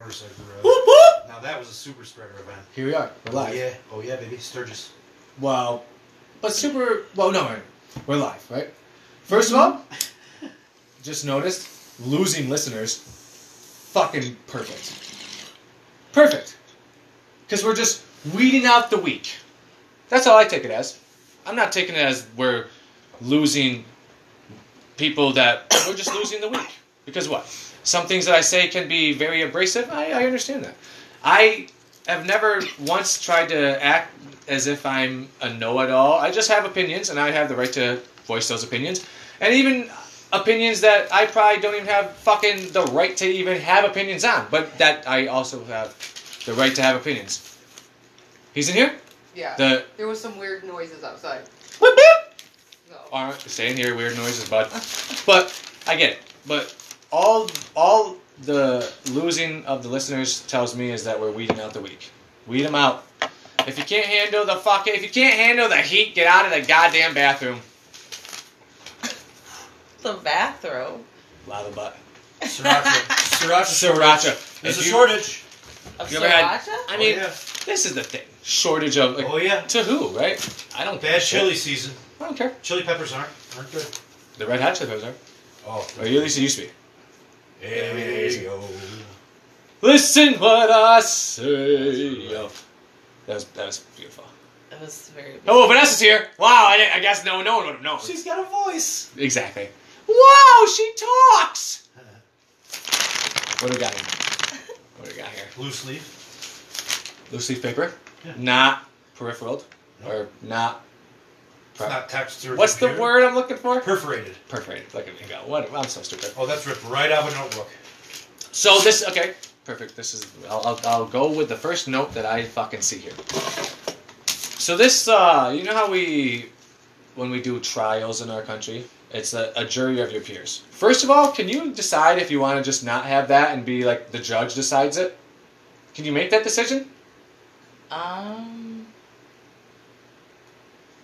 motorcycle road. Whoop, whoop. uh, Now that was a super spreader event. Here we are. We're live. Oh yeah, oh yeah, baby, Sturgis. Well, but super. Well, no, we're, we're live, right? First of all, just noticed losing listeners. Fucking perfect. Perfect. Because we're just weeding out the weak. That's all I take it as. I'm not taking it as we're losing people that we're just losing the weak. Because what? Some things that I say can be very abrasive. I, I understand that. I have never once tried to act as if I'm a know-it-all. I just have opinions, and I have the right to voice those opinions, and even opinions that I probably don't even have fucking the right to even have opinions on. But that I also have the right to have opinions. He's in here. Yeah. The there was some weird noises outside. whoop, whoop. So. aren't staying here weird noises but but i get it but all all the losing of the listeners tells me is that we're weeding out the weak weed them out if you can't handle the fuck if you can't handle the heat get out of the goddamn bathroom The bathroom. loud butt Sriracha. Sriracha. sriracha There's If a you- shortage. Of You you ever had- Oh, i mean yeah. this is the thing shortage of like, oh yeah. to who right i don't care Bad chili season. i don't care Chili peppers aren't aren't good. the red hot chili peppers are Oh. or at least it used to be Hey, yo. listen what i say yo that was that was beautiful It was very. Oh, Vanessa's here. Wow, I, I guess no, no one would have known. She's got a voice. exactly. Wow, she talks. What do we got here? What do we got here? Loose leaf. Loose leaf paper, Yeah. not peripheral, or not. It's not text or What's the computer. word I'm looking for? Perforated. Perfect. Look at me go. What? I'm so stupid. Oh, that's ripped right out of a notebook. So this, okay, perfect. This is. I'll, I'll, I'll go with the first note that I fucking see here. So this, uh, you know how we, when we do trials in our country, it's a, a jury of your peers. First of all, can you decide if you want to just not have that and be like the judge decides it? Can you make that decision? Um.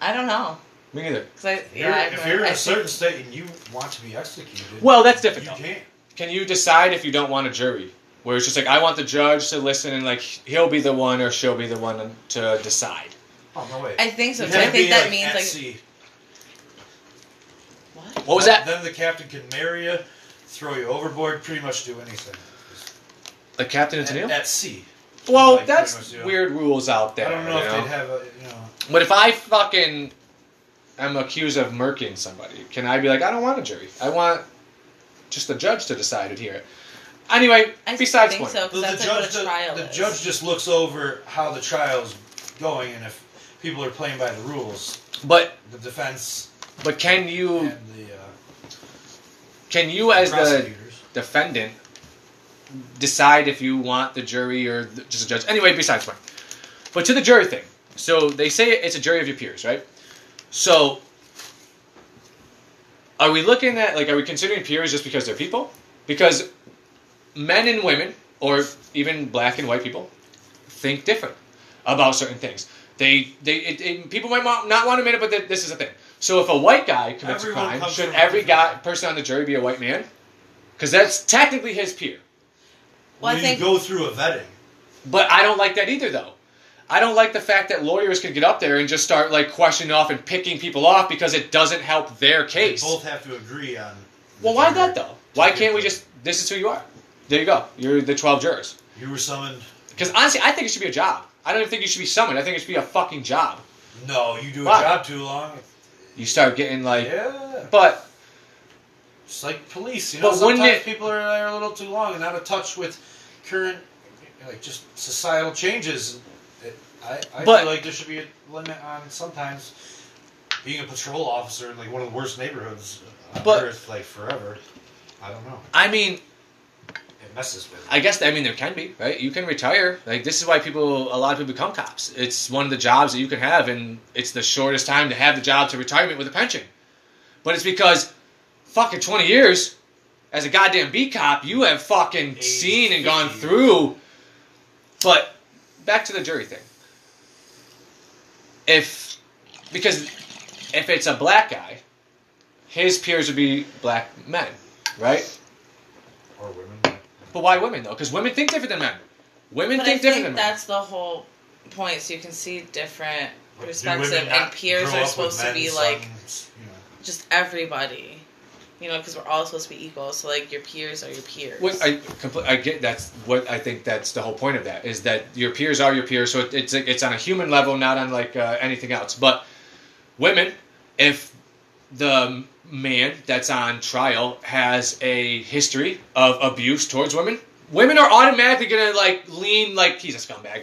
I don't know. Me neither. Cause I, If you're, yeah, I've if never- you're in I a think- certain state and you want to be executed, Well, that's you difficult. can't. Can you decide if you don't want a jury? Where it's just like I want the judge to listen and like he'll be the one or she'll be the one to decide. Oh no way. I think so. You have Cause I to think be, that like, means at like sea. what? What was that? Then the captain can marry you, throw you overboard, pretty much do anything. The captain and Tennille? At, at sea. Well, Like, that's pretty much, yeah. weird rules out there. I don't know you if know? they'd have a, you know. But if I fucking am accused of murking somebody, can I be like, I don't want a jury. I want just the judge to decide it here. Anyway, I besides think point. so. Cause the that's judge, like what a trial the, the is. judge just looks over how the trial's going and if people are playing by the rules. But The defense but can you and the uh, can you as the prosecutors. defendant decide if you want the jury or th- just a judge? Anyway, besides point. But to the jury thing. So they say it's a jury of your peers, right? So are we looking at like are we considering peers just because they're people? Because men and women, or even black and white people, think different about certain things. They they it, it, people might wa- not want to admit it, but th- this is a thing. So if a white guy commits Everyone a crime, comes should from a every different guy background. person on the jury be a white man? Because that's technically his peer. Well, I you think- go through a vetting. But I don't like that either, though. I don't like the fact that lawyers can get up there and just start like questioning off and picking people off because it doesn't help their They case. both have to agree on. the Well, why jury. that though? Why can't we just this is who you are? There you go. You're the twelve jurors. You were summoned. Because honestly, I think it should be a job. I don't even think you should be summoned. I think it should be a fucking job. No, you do a Why? job too long. You start getting like, Yeah. but It's like police, you know. But wouldn't sometimes it- people are there a little too long and out of touch with current, like just societal changes. It, I, I But- feel like there should be a limit on sometimes being a patrol officer in like one of the worst neighborhoods on But- earth, like forever. I don't know. I mean, It messes with. me. I guess I mean there can be right. You can retire. Like this is why people, a lot of people become cops. It's one of the jobs that you can have, and it's the shortest time to have the job to retirement with a pension. But it's because fucking twenty years as a goddamn B cop, you have fucking Eight, seen and gone 50. through. But back to the jury thing. If because if it's a black guy, his peers would be black men, right? Or women. But why women though? Because women think different than men. Women But I think different think than men. that's the whole point. So you can see different Do perspectives, women and not peers grow are up supposed with to be men's like sons, you know? just everybody, you know, because we're all supposed to be equal. So like your peers are your peers. What I compl- I get that's what I think that's the whole point of that is that your peers are your peers, so it, it's it's on a human level, not on like uh, anything else. But women, if the man that's on trial has a history of abuse towards women, women are automatically gonna like lean like he's a scumbag.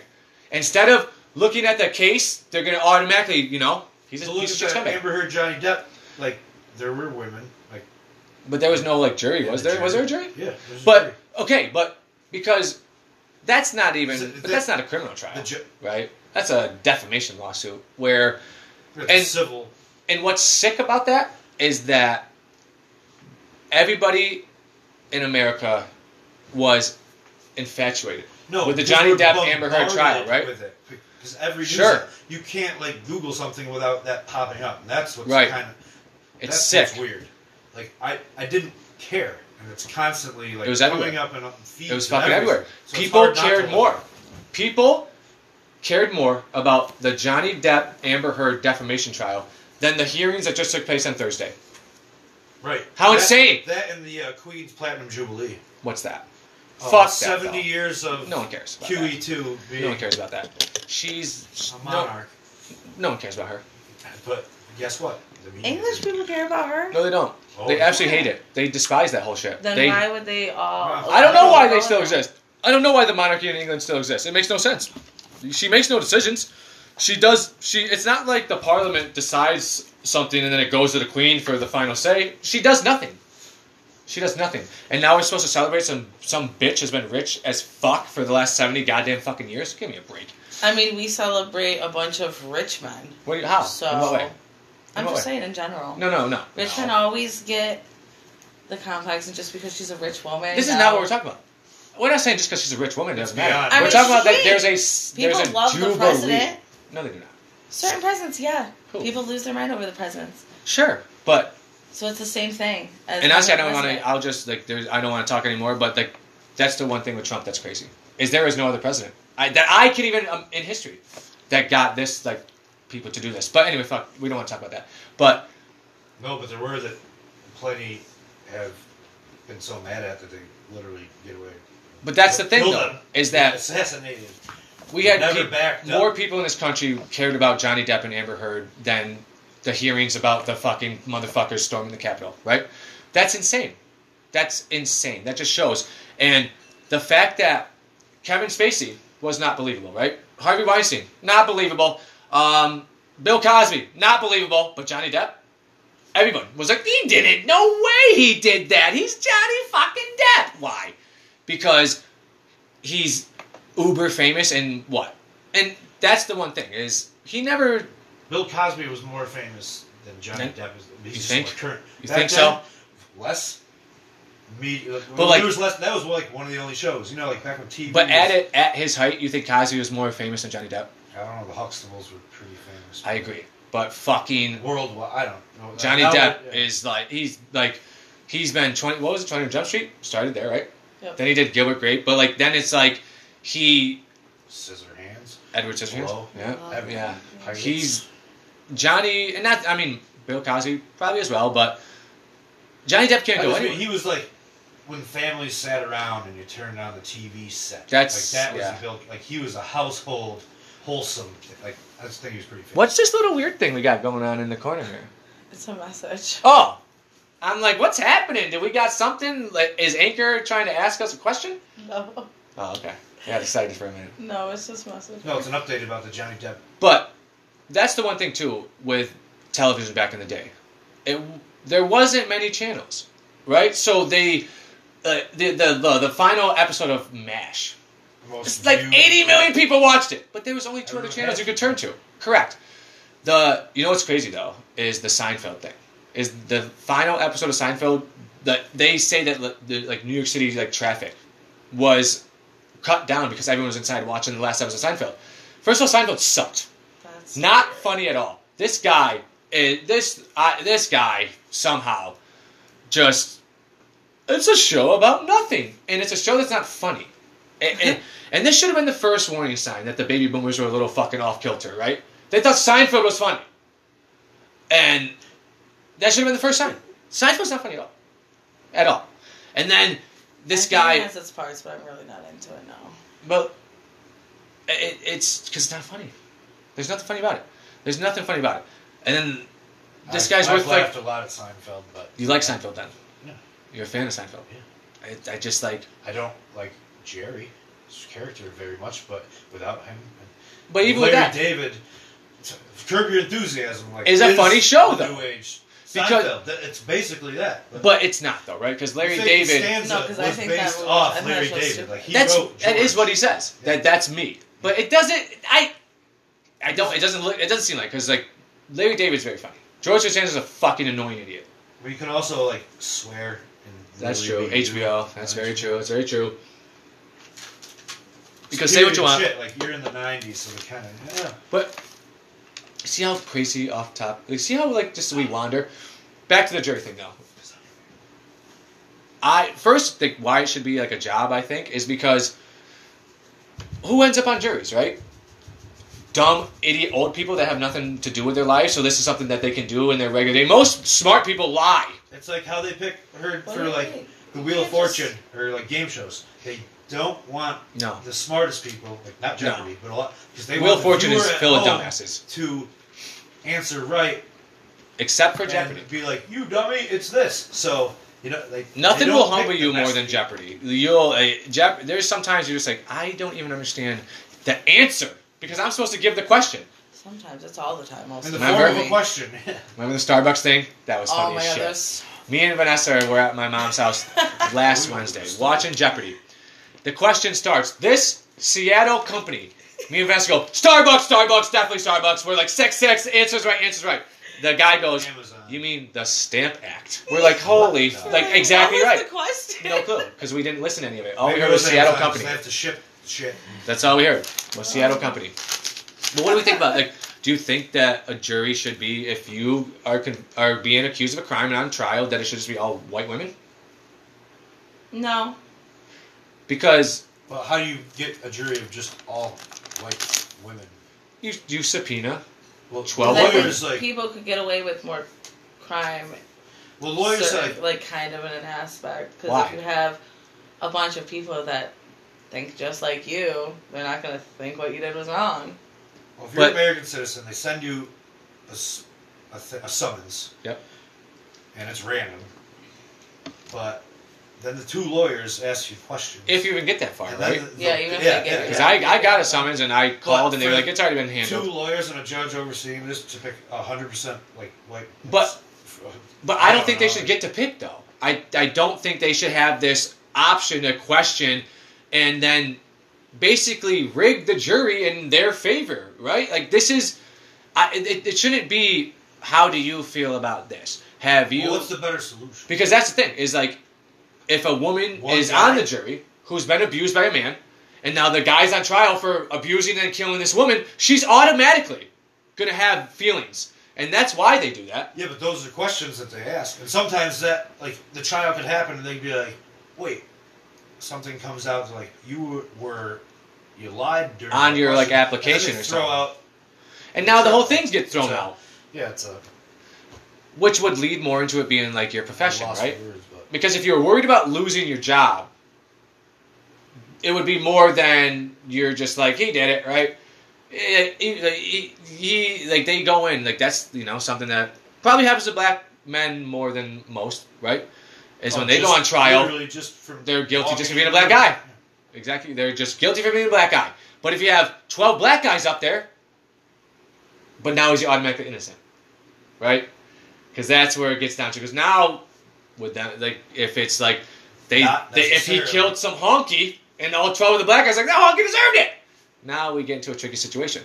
Instead of looking at the case, they're gonna automatically you know he's a, So look he's a shit at that scumbag. Amber Heard, Johnny Depp. Like there were women. Like But there was no like jury, was the there? Was there a jury? Yeah. there's a But jury. okay, but because that's not even So but that's not a criminal the trial, ju- right? That's a defamation lawsuit where it's and- civil. and what's sick about that is that everybody in America was infatuated. No, with the because Johnny we're Depp, Amber Heard bombarded trial, right? With it, because every news- Sure. you can't like Google something without that popping up, and that's what's Right. kind of It's that's sick. What's weird. Like I, I didn't care, and it's constantly like It was coming everywhere. up and up feeds. It was and fucking everything. everywhere. So it's People hard not to cared look. more. People cared more about the Johnny Depp Amber Heard defamation trial than the hearings that just took place on Thursday. Right. How that, insane! That and the uh, Queen's Platinum Jubilee. What's that? Oh, Fuck that. Seventy though. years of No one cares. About that. QE two being No one cares about that. She's a no, monarch. no one cares about her. But guess what? The media English didn't. people care about her. No, they don't. Oh, They absolutely hate it. They despise that whole shit. Then They, why would they all? Wow. I don't know why they all still around? exist. I don't know why the monarchy in England still exists. It makes no sense. She makes no decisions. She does. She. It's not like the parliament decides something and then it goes to the queen for the final say. She does nothing. She does nothing. And now we're supposed to celebrate some some bitch has been rich as fuck for the last seventy goddamn fucking years. Give me a break. I mean, we celebrate a bunch of rich men. What? do you- How? So Ah, In what way? I'm what just way? saying in general. No, no, no. Rich no. men always get the complex, and just because she's a rich woman, um, This is now- not what we're talking about. We're not saying just because she's a rich woman it It's doesn't matter. beyond. I we're mean, talking about that shit. there's a s- People there's a love the jubilee. president. No, they do not. Certain presidents, yeah. Who? People lose their mind over the presidents. Sure, but So it's the same thing. As and honestly, I being don't a want president. to. I'll just like there's. I don't want to talk anymore. But like, that's the one thing with Trump that's crazy is there is no other president I, that I can even um, in history that got this like people to do this. But anyway, fuck, we don't want to talk about that. But No, but there were that plenty have been so mad at that they literally get away. but that's the thing Killed though them. is that assassinated? We had Never peop- backed up. more people in this country cared about Johnny Depp and Amber Heard than the hearings about the fucking motherfuckers storming the Capitol, right? That's insane. That's insane. That just shows. And the fact that Kevin Spacey was not believable, right? Harvey Weinstein, not believable. Um, Bill Cosby, not believable. But Johnny Depp, everyone was like, he did it. No way he did that. He's Johnny fucking Depp. Why? Because he's uber famous and what? And that's the one thing is he never. Bill Cosby was more famous than Johnny Think- Depp. Is, he's you just think? more current. You Back think then, Less. Me, but like- like, was less, that was like one of the only shows, you know, like back when TV. But was- at it at his height, you think Cosby was more famous than Johnny Depp? I don't know. The Huxtables were pretty famous. I agree. But fucking Worldwide, I don't know. Johnny Now, Depp yeah. is like he's like he's been twenty. What was it? Twenty Jump Street started there, right? Yep. Then he did Gilbert Grape, but like then it's like he Scissor hands. Edward Scissorhands. Hello? Yeah, Everything. yeah. Pirates. He's Johnny, and not I mean Bill Cosby probably as well, but Johnny Depp can't That go was- anywhere. He was like when families sat around and you turned on the TV set. That's- like that was yeah. the Bill. Like he was a household wholesome. Like I just think he was pretty. Famous. What's this little weird thing we got going on in the corner here? It's a message. Oh, I'm like, what's happening? Did we got something? Like, is Anchor trying to ask us a question? No, Oh, okay. I got excited for a minute. no, it's just message. No, it's an update about the Johnny Depp. But that's the one thing too with television back in the day. It there wasn't many channels, right? So they uh, the, the the the final episode of Mash. Most It's like viewed- 80 million people watched it, but there was only two Everyone other channels has you could turn to. Correct. The you know what's crazy though is the Seinfeld thing. Is the final episode of Seinfeld that they say that li- the, like New York City like traffic was cut down because everyone was inside watching the last episode of Seinfeld. First of all, Seinfeld sucked. That's Not funny at all. This guy, eh, this I this guy somehow just It's a show about nothing, and it's a show that's not funny. And, and, and this should have been the first warning sign that the baby boomers were a little fucking off kilter, right? They thought Seinfeld was funny, and that should have been the first sign. Seinfeld's not funny at all, at all. And then I this think guy, it has its parts, but I'm really not into it now. but it, it's because it's not funny. There's nothing funny about it. There's nothing funny about it. And then this guy's I've worth like laughed a lot at Seinfeld, but you like Seinfeld then? Yeah. You're a fan of Seinfeld. I, I just like, I don't like Jerry's character very much, but without him, but even Larry with that, David, t- Curb Your Enthusiasm, like Is a funny show, the though. New Age Because- Seinfeld. Th- It's basically that. but it's not though, right? Because Larry David, No, Stanza 'cause was I think that based was- I off think Larry that was David. stupid. Like he that's wrote that is what he says. Yeah. That that's me. But it doesn't. I, I don't. It doesn't look. It doesn't seem like because like Larry David's very funny. George Costanza's a fucking annoying idiot. But you can also like swear. And That's really true. be- uh, HBO. That's very true. That's very true. It's Because say what period you want. Shit, like you're in the '90s, so we kind of yeah. But see how crazy off top. Like, see how like just we wander. Back to the jury thing though. I first think why it should be like a job. I think is because who ends up on juries, right? Dumb, idiot, old people that have nothing to do with their lives. So this is something that they can do in their regular day. Most smart people lie. It's like how they pick her What for do you like mean? the Wheel of You can't just- Fortune or like game shows. They don't want No. the smartest people, like not No. Jeopardy, but a lot because they Wheel want of the Fortune viewer is at full of home dumbasses, to answer right except for and Jeopardy. be like, "You dummy, it's this." So you know, like they Nothing don't will pick humble the you more best than people. Jeopardy. You'll uh, Jeop- There's sometimes you're just like, I don't even understand the answer because I'm supposed to give the question. Sometimes it's all the time. Also, In the Remember? form of a question. Remember the Starbucks thing? That was Oh funny my as god, shit. there's Me and Vanessa were at my mom's house last We were Wednesday still- watching Jeopardy. The question starts. This Seattle company. Me and Vanessa go Starbucks, Starbucks, definitely Starbucks. We're like six, six. Answers right, answers right. The guy goes, Amazon. "You mean the Stamp Act?" We're like, "Holy, What f- the- like exactly what was right." The question. No clue, because we didn't listen to any of Oh, it. All Maybe we heard it was Seattle Amazon, 'cause Company. They have to ship shit. That's all we heard was Seattle Company. But what do we think about like? Do you think that a jury should be if you are con- are being accused of a crime and on trial that it should just be all white women? No, Because Well, how do you get a jury of just all white women? you you subpoena. Well, Twelve Because I think lawyers like people could get away with more crime well, lawyers certain- like like kind of in an aspect because Why? if you have a bunch of people that think just like you they're not going to think what you did was wrong Well, if you're But- an American citizen, they send you a, s- a th- a summons. Yep. And it's random. But then the two lawyers ask you questions. If you even get that far, And then right? the- the- Yeah, even if they yeah, get it. Because yeah. I, I got a summons and I called and they were for like, it's already been Two handled. lawyers and a judge overseeing this to pick hundred percent like white. But- But I don't think Uh, they should get to pick though. I I don't think they should have this option to question and then basically rig the jury in their favor, right? Like this is, I it, it shouldn't be. How do you feel about this? Have you? Well, what's the better solution? Because that's the thing is like, if a woman One is guy. on the jury who's been abused by a man, and now the guy's on trial for abusing and killing this woman, she's automatically gonna have feelings, and that's why they do that. Yeah, but those are questions that they ask, and sometimes that like the trial could happen, and they'd be like, "Wait, something comes out like you were, were you lied during On the your, like, question," and then application they or throw something. out And now the whole thing gets thrown Exactly. out, yeah, it's a which would lead more into it being like your profession, lost right? words, but Because if you're worried about losing your job, it would be more than you're just like he did it, right? Eh, He, he- he- like they go in like that's you know something that probably happens to black men more than most, right? Is Oh, when they go just on trial, literally just from they're guilty just for walking being a in black the- guy. Exactly, they're just guilty for being a black guy. But if you have twelve black guys up there, but now he's automatically innocent, right? Because that's where it gets down to. Because now, with that, like if it's like they, Not they if he necessarily. killed some honky and all twelve of the black guys like that honky deserved it. Now we get into a tricky situation.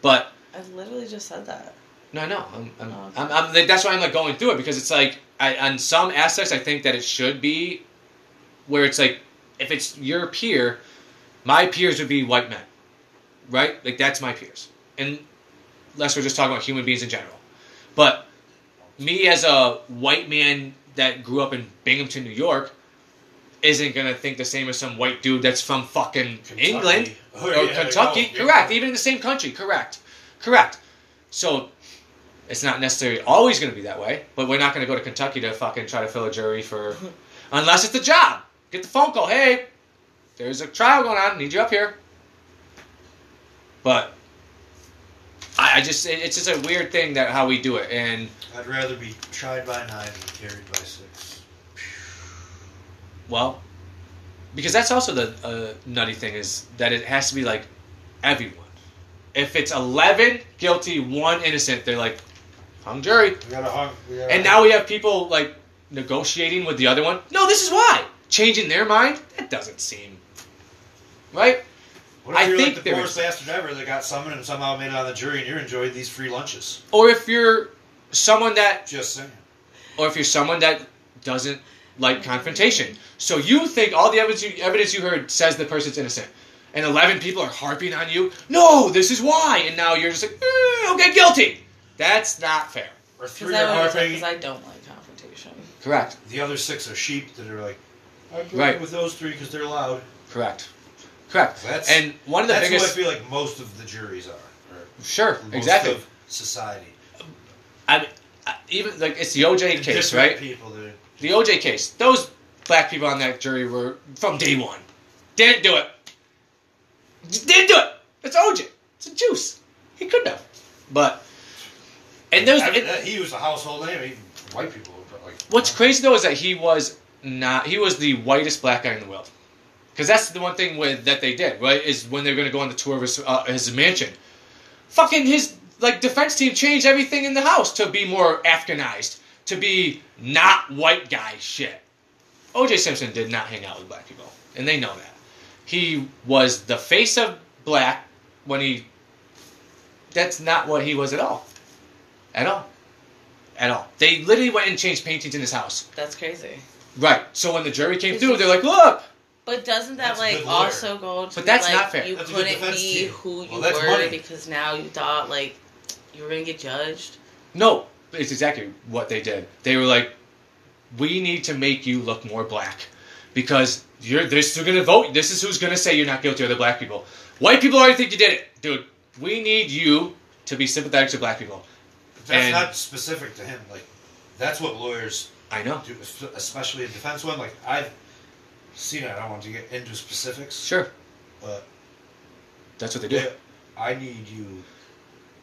But i literally just said that no, no, I'm, I'm, Oh. I'm, I'm, like, that's why I'm like going through it because it's like I, on some aspects I think that it should be where it's like if it's your peer, my peers would be white men, right? Like that's my peers, and unless we're just talking about human beings in general, but me as a white man that grew up in Binghamton, New York, isn't gonna think the same as some white dude that's from fucking Kentucky. England Oh, or yeah, there you Kentucky. go. Yeah. Correct. Even in the same country. Correct. Correct. So it's not necessarily always gonna be that way. But we're not gonna go to Kentucky to fucking try to fill a jury for, unless it's the job. Get the phone call. Hey, there's a trial going on. Need you up here. But I, I just it- it's just a weird thing that how we do it and. I'd rather be tried by nine than carried by six. Well, because that's also the uh, nutty thing is that it has to be like everyone. If it's eleven guilty, one innocent, they're like hung jury. We gotta hung. We gotta And now we have people like negotiating with the other one. No, this is why changing their mind. That doesn't seem right. What if I you're think like the there poorest is- bastard ever that got summoned and somehow made it on the jury, and you enjoyed these free lunches? Or if you're someone that Just saying. or if you're someone that doesn't like confrontation. So you think all the evidence you, evidence you heard says the person's innocent, and eleven people are harping on you. No, this is why, and now you're just like, "Eh, okay, guilty. That's not fair. Or three Because are I, harping. I don't like confrontation. Correct. The other six are sheep that are like, I agree Right. with those three because they're loud. Correct. Correct. That's- and one of the That's biggest. what I feel like most of the juries are. Or sure. most Exactly. Of society. I, I even like it's the OJ case, Different right? People that are- The OJ case. Those black people on that jury were from day one. Didn't do it. Didn't do it. It's OJ. It's a juice. He couldn't have. But and there's I mean, and that- uh, he was a household name. Even white people were like. what's crazy though is that he was not. He was the whitest black guy in the world. Because that's the one thing with that they did right is when they were going to go on the tour of his uh, his mansion. Fucking his like defense team changed everything in the house to be more Afghanized, to be not white guy shit. O.J. Simpson did not hang out with black people, and they know that. He was the face of black when he. That's not what he was at all. At all. At all. They literally went and changed paintings in his house. That's crazy. Right. So when the jury came through, they're like, look, But doesn't that That's a like good lawyer. also go to But that's like, not fair. you That's a good couldn't defense be team. who you Well, that's were money. because now you thought like you were gonna get judged? No, it's exactly what they did. They were like, "We need to make you look more black, because you're this is going to vote. This is who's going to say you're not guilty. Are the black people? White people already think you did it, dude. We need you to be sympathetic to black people. That's and- not specific to him. Like, that's what lawyers I know. do, especially a defense one. Like I've seen it. I don't want to get into specifics, Sure, but that's what they do. they- I need you.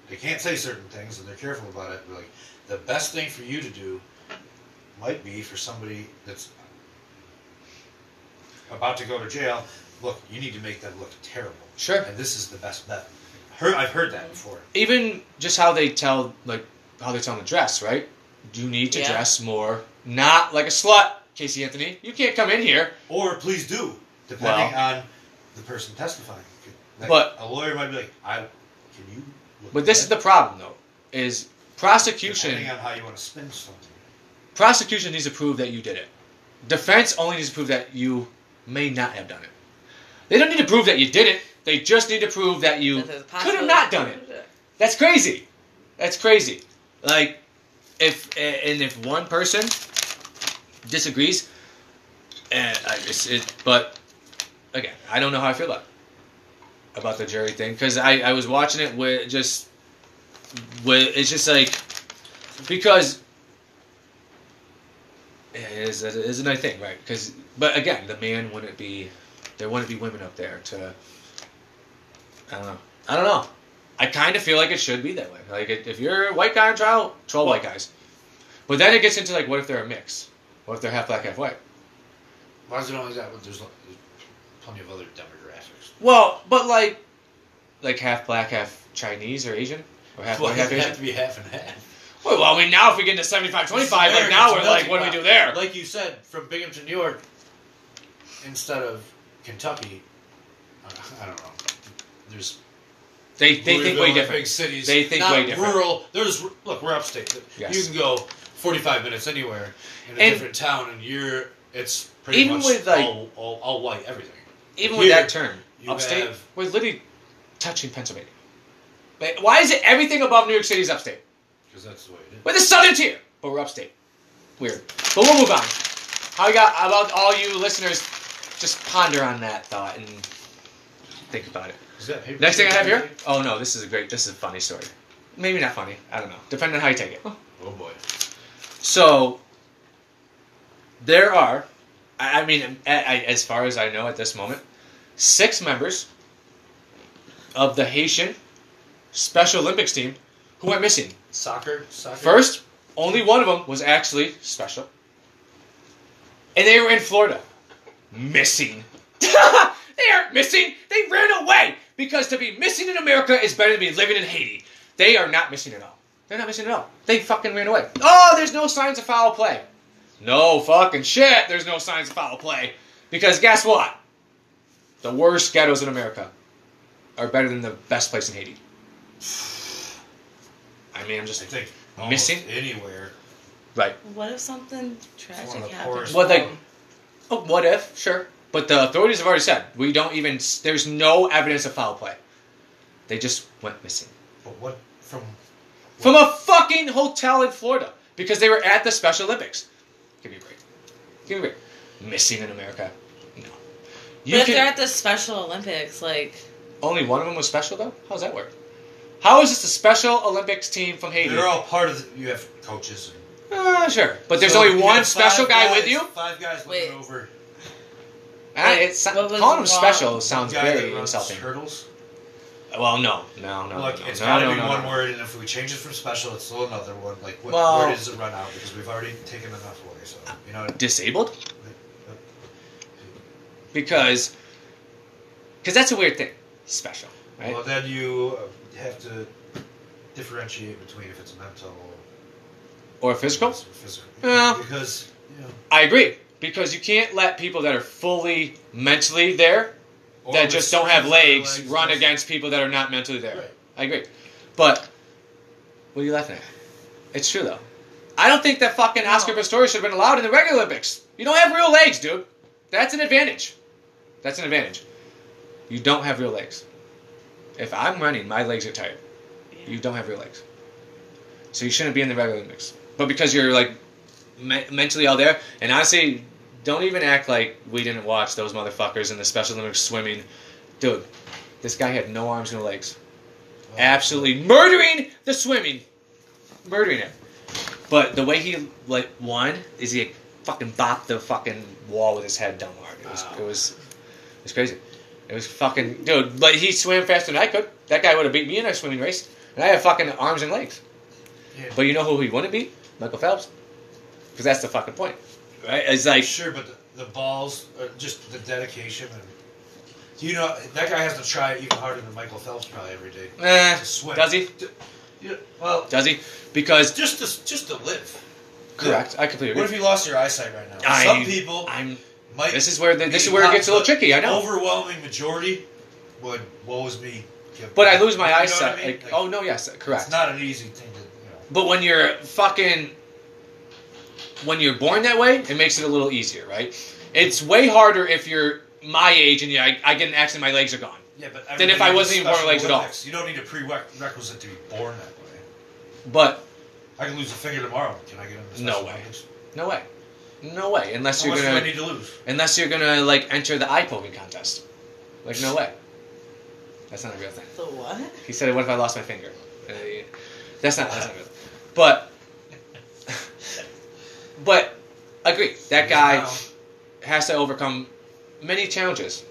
They can't say certain things, and they're careful about it. But like the best thing for you to do might be for somebody that's about to go to jail. Look, you need to make them look terrible. Sure. And this is the best bet. Heard, I've heard that before. Even just how they tell, like how they tell them to dress. Right? You need to Yeah. dress more, not like a slut, Casey Anthony. You can't come in here. Or please do, depending Well- on the person testifying. Like, But- a lawyer might be like, "I can you." Look But this bad?" is the problem, though, is prosecution. Depending on how you want to spin something. prosecution needs to prove that you did it. Defense only needs to prove that you may not have done it. They don't need to prove that you did it. They just need to prove that you That there's a could have not possibility done you it. did That's crazy. That's crazy. Like, if and if one person disagrees, eh, I it's, it, but again, I don't know how I feel about it, about the jury thing because I I was watching it with just with it's just like because it is it is another thing, right? Because but again, the man wouldn't be there wouldn't be women up there to I don't know I don't know. I kind of feel like it should be that way. Like it, if you're a white guy on trial, twelve white guys. But then it gets into like, what if they're a mix? What if they're half black, half white? Why is it only that? Well, there's lo- there's plenty of other demographics. Well, but like, like half black, half Chinese or Asian, or half Well, black, half it'd have Asian. to be half and half. Well, well, I mean, now if we get into 75-25, like America's now we're like, melting what do we pot. do there? Like you said, from Binghamton, New York, instead of Kentucky, uh, I don't know. There's They they think Louisville way and different. Big cities. They think not way different. Rural. There's look, we're upstate. Yes. You can go 45 minutes anywhere in a And- different town, and you're it's pretty Even much with, like- all, all, all white everything. Even Here, with that term, you upstate, have- we're literally touching Pennsylvania. Like, why is it everything above New York City is upstate? Because that's the way it is. We're the southern tier, but we're upstate. Weird. But we'll move on. I got I want all you listeners just ponder on that thought and think about it. Is that paper? Next thing I have here. Oh no, this is a great. This is a funny story. Maybe not funny. I don't know. Depending on how you take it. Oh boy. So there are, I I mean, a- I- as far as I know at this moment, six members of the Haitian Special Olympics team who went missing. Soccer. Soccer. First, only one of them was actually special, and they were in Florida, missing. they aren't missing. They ran away because to be missing in America is better than be living in Haiti. They are not missing at all. They're not missing at all. They fucking ran away. Oh, there's no signs of foul play. No fucking shit. There's no signs of foul play because guess what? The worst ghettos in America are better than the best place in Haiti. I mean, I'm I just think. Missing? almost anywhere. right. What if something tragic One of the happens? poorest- Well, they- Oh, what if? Sure. But the authorities have already said we don't even. There's no evidence of foul play. They just went missing But what from? from a fucking hotel in Florida because they were at the Special Olympics. Give me a break. Give me a break. Missing in America? No. but You if they're can, at the Special Olympics, like only one of them was special though. How does that work? How is this a Special Olympics team from Haiti? They're all part of. the... You have coaches. And, Uh, sure, but there's So only you one have special five guy guys- with you. Five guys Wait. looking over. Uh, it's, What was calling him wrong? special sounds guy very that runs insulting. Hurdles. Well, no, no, no. Look, no, it's no, gotta no, be no, one no. word, and if we change it from special, it's still another one. Like, what, Well- where does it run out? Because we've already taken enough away, so you know. disabled because because that's a weird thing special right Well, then you uh, have to differentiate between if it's mental or physical or physical. Yeah. Because you know, i agree because you can't let people that are fully mentally there or that with just don't strings have on legs, their legs, run that's- against people that are not mentally there Right. i agree but what are you laughing at it's true though i don't think that fucking oscar pistorius should have been allowed in the regular olympics you don't have real legs dude that's an advantage that's an advantage you don't have real legs if i'm running my legs are tired You don't have real legs. So you shouldn't be in the regular mix. But because you're like me- mentally all there, and honestly, don't even act like we didn't watch those motherfuckers in the Special Olympics swimming. Dude, this guy had no arms, no legs. well, Absolutely murdering the swimming. Murdering it. But the way he like won is he fucking bopped the fucking wall with his head down hard. It was Wow. it was it was crazy. It was fucking dude, but he swam faster than I could. That guy would have beat me in a swimming race. And I have fucking arms and legs. yeah, But you know who he wouldn't beat? Michael Phelps. Because that's the fucking point. Right? It's like sure, but the, the balls, uh, just the dedication, and you know that guy has to try even harder than Michael Phelps probably every day. eh, To swim. does he? You know, well, Does he? Because just to just to live. correct, I completely What if agree. you lost your eyesight right now? I- Some people I'm might. this is where the, this be is where it gets a little possible. tricky, I know. Overwhelming majority would woes me. give But I back. lose my You know what eyesight. I mean? like, Like, oh no, yes, correct. It's not an easy thing to. You but when you're fucking, when you're born that way, it makes it a little easier, right? It's way harder if you're my age and yeah, I, I get an accident, my legs are gone. know. Yeah, but Then if I wasn't even born Special legs at all. Olympics, you don't need a prerequisite to be born that way. But I can lose a finger tomorrow. Can I get into the No Special way. Olympics? no way, no way, unless How you're much do I gonna need to lose? unless you're gonna like enter the eye poking contest. Like no way, that's not a real thing. the what? He said, "What if I lost my finger?" Uh, That's not. That's not real. But, but, agree. That guy has to overcome many challenges,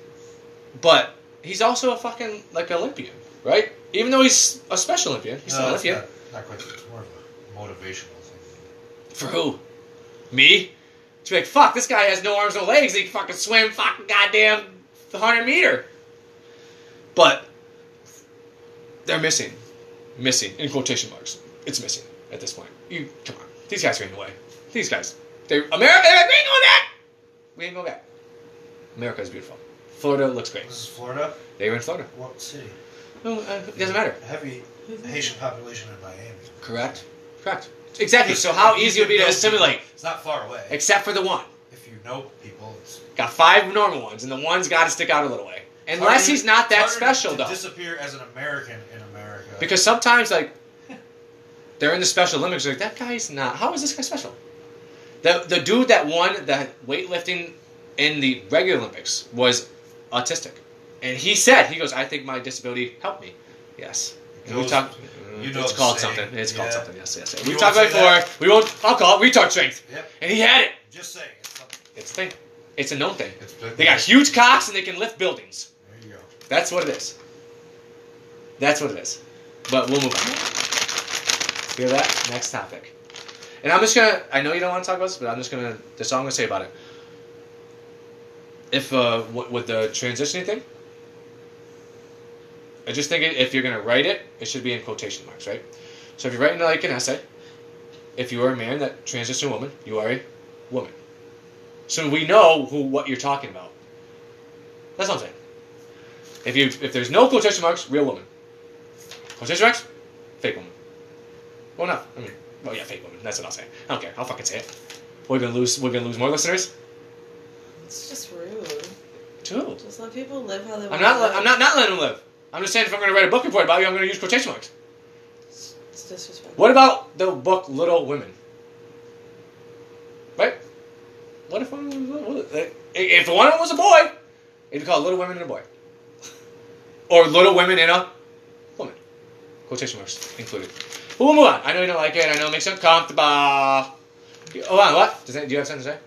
but he's also a fucking like Olympian, right? Even though he's a special Olympian, he's No, an it's Olympian. not, not quite. It's more of a motivational thing. For who? Me? To be like, fuck, this guy has no arms, no legs. He can fucking swim, fucking goddamn, the hundred meter. But they're missing, missing in quotation marks. It's missing at this point. You come on, these guys ran away. These guys, they America. They're like, we ain't going back. We ain't going back. America is beautiful. Florida looks great. This is Florida. They were in Florida. What city? No, uh, it doesn't matter. Heavy Haitian population in Miami. Correct. Correct. Exactly. So how easy it would be to assimilate, It's not far away. except for the one. if you know people. It's Got five normal ones, and the one's got to stick out a little way. Unless harder- he's not that it's harder special, to though. Disappear as an American in America. because sometimes, like, they're in the Special Olympics, like, that guy's not. How is this guy special? The the dude that won the weightlifting in the regular Olympics was autistic, and he said he goes, "I think my disability helped me." Yes, and we Goes- talked. you know it's the called saying. something. It's called Yeah. something. Yes, yes. yes. You We've talked won't about say it before. We won't. I'll call it retard strength, Yep. and he had it. Just saying. It's something. It's a thing. It's a known thing. It's been- They got huge cocks and they can lift buildings. There you go. That's what it is. That's what it is. But we'll move on. Hear that? Next topic. And I'm just gonna. I know you don't want to talk about this, but I'm just gonna. That's all I'm gonna say about it. If uh, w- with the transitioning thing, I just think if you're gonna write it, it should be in quotation marks, right? So if you're writing like an essay, if you are a man that transitions to a woman, you are a woman. So we know who what you're talking about. That's what I'm saying. If you if there's no quotation marks, real woman. Quotation marks, fake woman. Well, no, I mean, well, yeah, fake woman. That's what I'll say. I don't care. I'll fucking say it. We're gonna lose. We're gonna lose more listeners. It's just rude. Too. Just let people live how they want. I'm not. to let- live. I'm not not letting them live. I'm just saying if I'm gonna write a book report about you, I'm gonna use quotation marks. It's disrespectful. What about the book Little Women? Right? What if one was a- if one of them was a boy, it'd be called Little Women and a Boy, or Little Women and a Woman. Quotation marks included. But we'll move on. I know you don't like it. I know it makes you uncomfortable. Hold on. What? Does that, do you have something to say?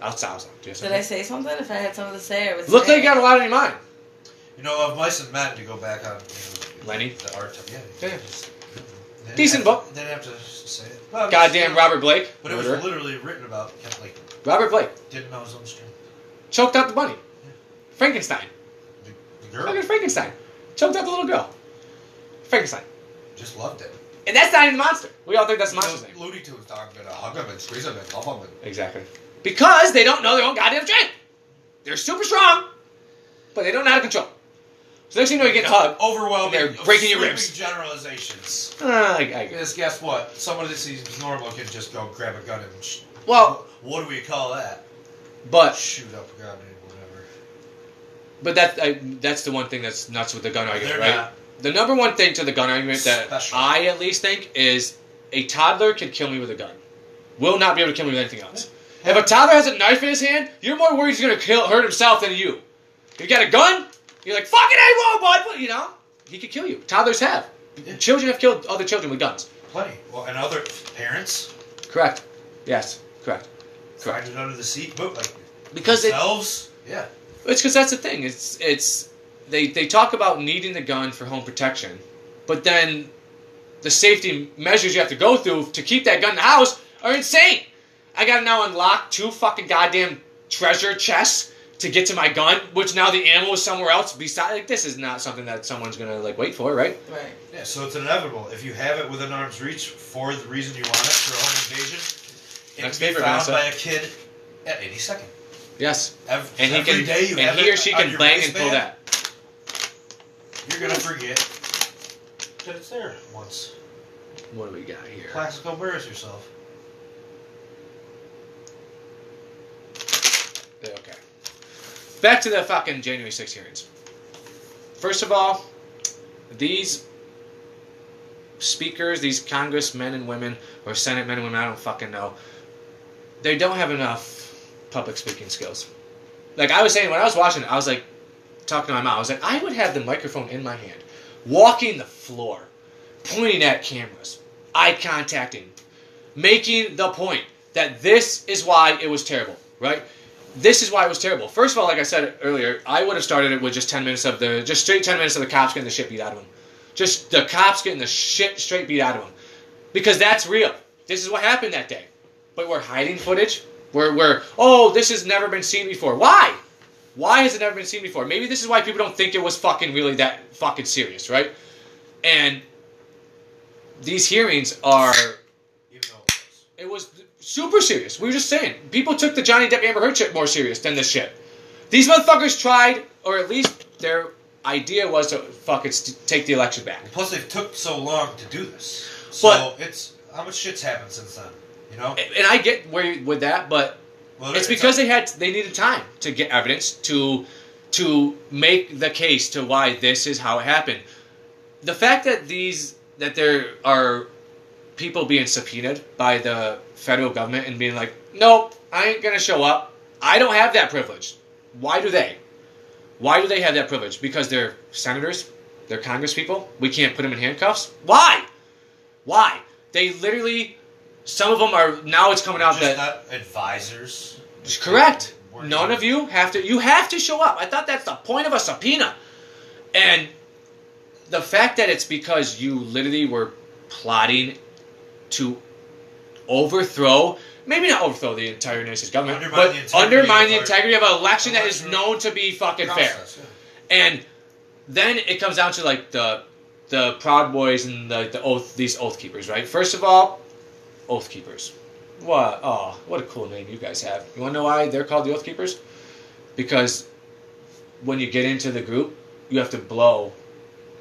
Outside. outside. Do you have Did something? I say something? If I had something to say, I would. Look say like you got a lot on your mind. You know, of mice and men to go back on. You know, Lenny? The art. Yeah. Yeah. Just- they didn't Decent have to- book. They didn't have to say it. Well, Goddamn Robert Blake. But it was Murderer. literally written about. kept, Like Robert Blake didn't know his own strength. choked out the bunny. Frankenstein. The, the girl Fucking Frankenstein. Choked out the little girl. Frankenstein. just loved it. And that's not even the monster. We all think that's the monster's Those name. Looney Tunes. I'm gonna uh, hug him and squeeze him and love him. And Exactly. Because they don't know their own goddamn strength. They're super strong, but they don't know how to control. So next thing you know, you get Oh, a hug. Overwhelming. They're breaking your sweeping ribs. Generalizations. Uh, I, I, Because guess what? Someone that seems normal can just go grab a gun and. Sh- well, what do we call that? but Shoot up a gun and whatever. but that I, that's the one thing that's nuts with the gun argument, They're right? not. The number one thing to the gun argument that Special. I at least think is a toddler could kill me with a gun. Will not be able to kill me with anything else. If a toddler has a knife in his hand, you're more worried he's gonna kill hurt himself than you. You got a gun, you're like fucking a robot, what you know? He could kill you. Toddlers have. Yeah. Children have killed other children with guns. Plenty. Well, and other parents Correct. Yes. Correct. find it under the seat, but like Because it, themselves. Yeah. It's because that's the thing. It's it's they they talk about needing the gun for home protection, but then the safety measures you have to go through to keep that gun in the house are insane. I gotta now unlock two fucking goddamn treasure chests to get to my gun, which now the ammo is somewhere else. Besides, like this is not something that someone's gonna like wait for, right? Right. Yeah. So it's inevitable if you have it within arm's reach for the reason you want it for home invasion. It Next can be paper, found Vanessa. by a kid at any second. Yes, Every, and he every can, day you have and he it or she on can your bang and pull waistband, that. You're gonna forget that it's there once. What do we got here? Plastic embarrass yourself. Yeah, Okay. Back to the fucking January 6th hearings. First of all, these speakers, these congressmen and women, or senate men and women, I don't fucking know, they don't have enough public speaking skills. Like I was saying, when I was watching it, I was like, talking to my mom, I was like, I would have the microphone in my hand, walking the floor, pointing at cameras, eye contacting, making the point that this is why it was terrible, right? This is why it was terrible. First of all, like I said earlier, I would have started it with just 10 minutes of the, just straight 10 minutes of the cops getting the shit beat out of them. Just the cops getting the shit straight beat out of them. Because that's real. This is what happened that day. But we're hiding footage. We're, we're, oh, this has never been seen before. Why? Why has it never been seen before? Maybe this is why people don't think it was fucking really that fucking serious, right? And these hearings are Even though it was. it was super serious. We were just saying. People took the Johnny Depp Amber Heard shit more serious than this shit. These motherfuckers tried, or at least their idea was to fucking st- take the election back. Plus, they took so long to do this. So But- it's how much shit's happened since then. You know. And I get where you- with that, but Well, it's because they had they needed time to get evidence to to make the case to why this is how it happened. The fact that these that there are people being subpoenaed by the federal government and being like, nope, I ain't gonna show up. I don't have that privilege. Why do they? Why do they have that privilege? Because they're senators, they're congresspeople. We can't put them in handcuffs. Why? Why? They literally, some of them are now. It's coming out Just that not advisors. it's correct. Working. None of you have to. You have to show up. I thought that's the point of a subpoena. And the fact that it's because you literally were plotting to overthrow, maybe not overthrow the entire United States government, Undermine the but integrity undermine of the our- integrity of an election that is election known to be fucking fair. Process, yeah. And then it comes down to like the the Proud Boys and the, the oath these oath keepers, right? First of all, oath keepers. What? Oh, what a cool name you guys have. You want to know why they're called the oath keepers? Because when you get into the group, you have to blow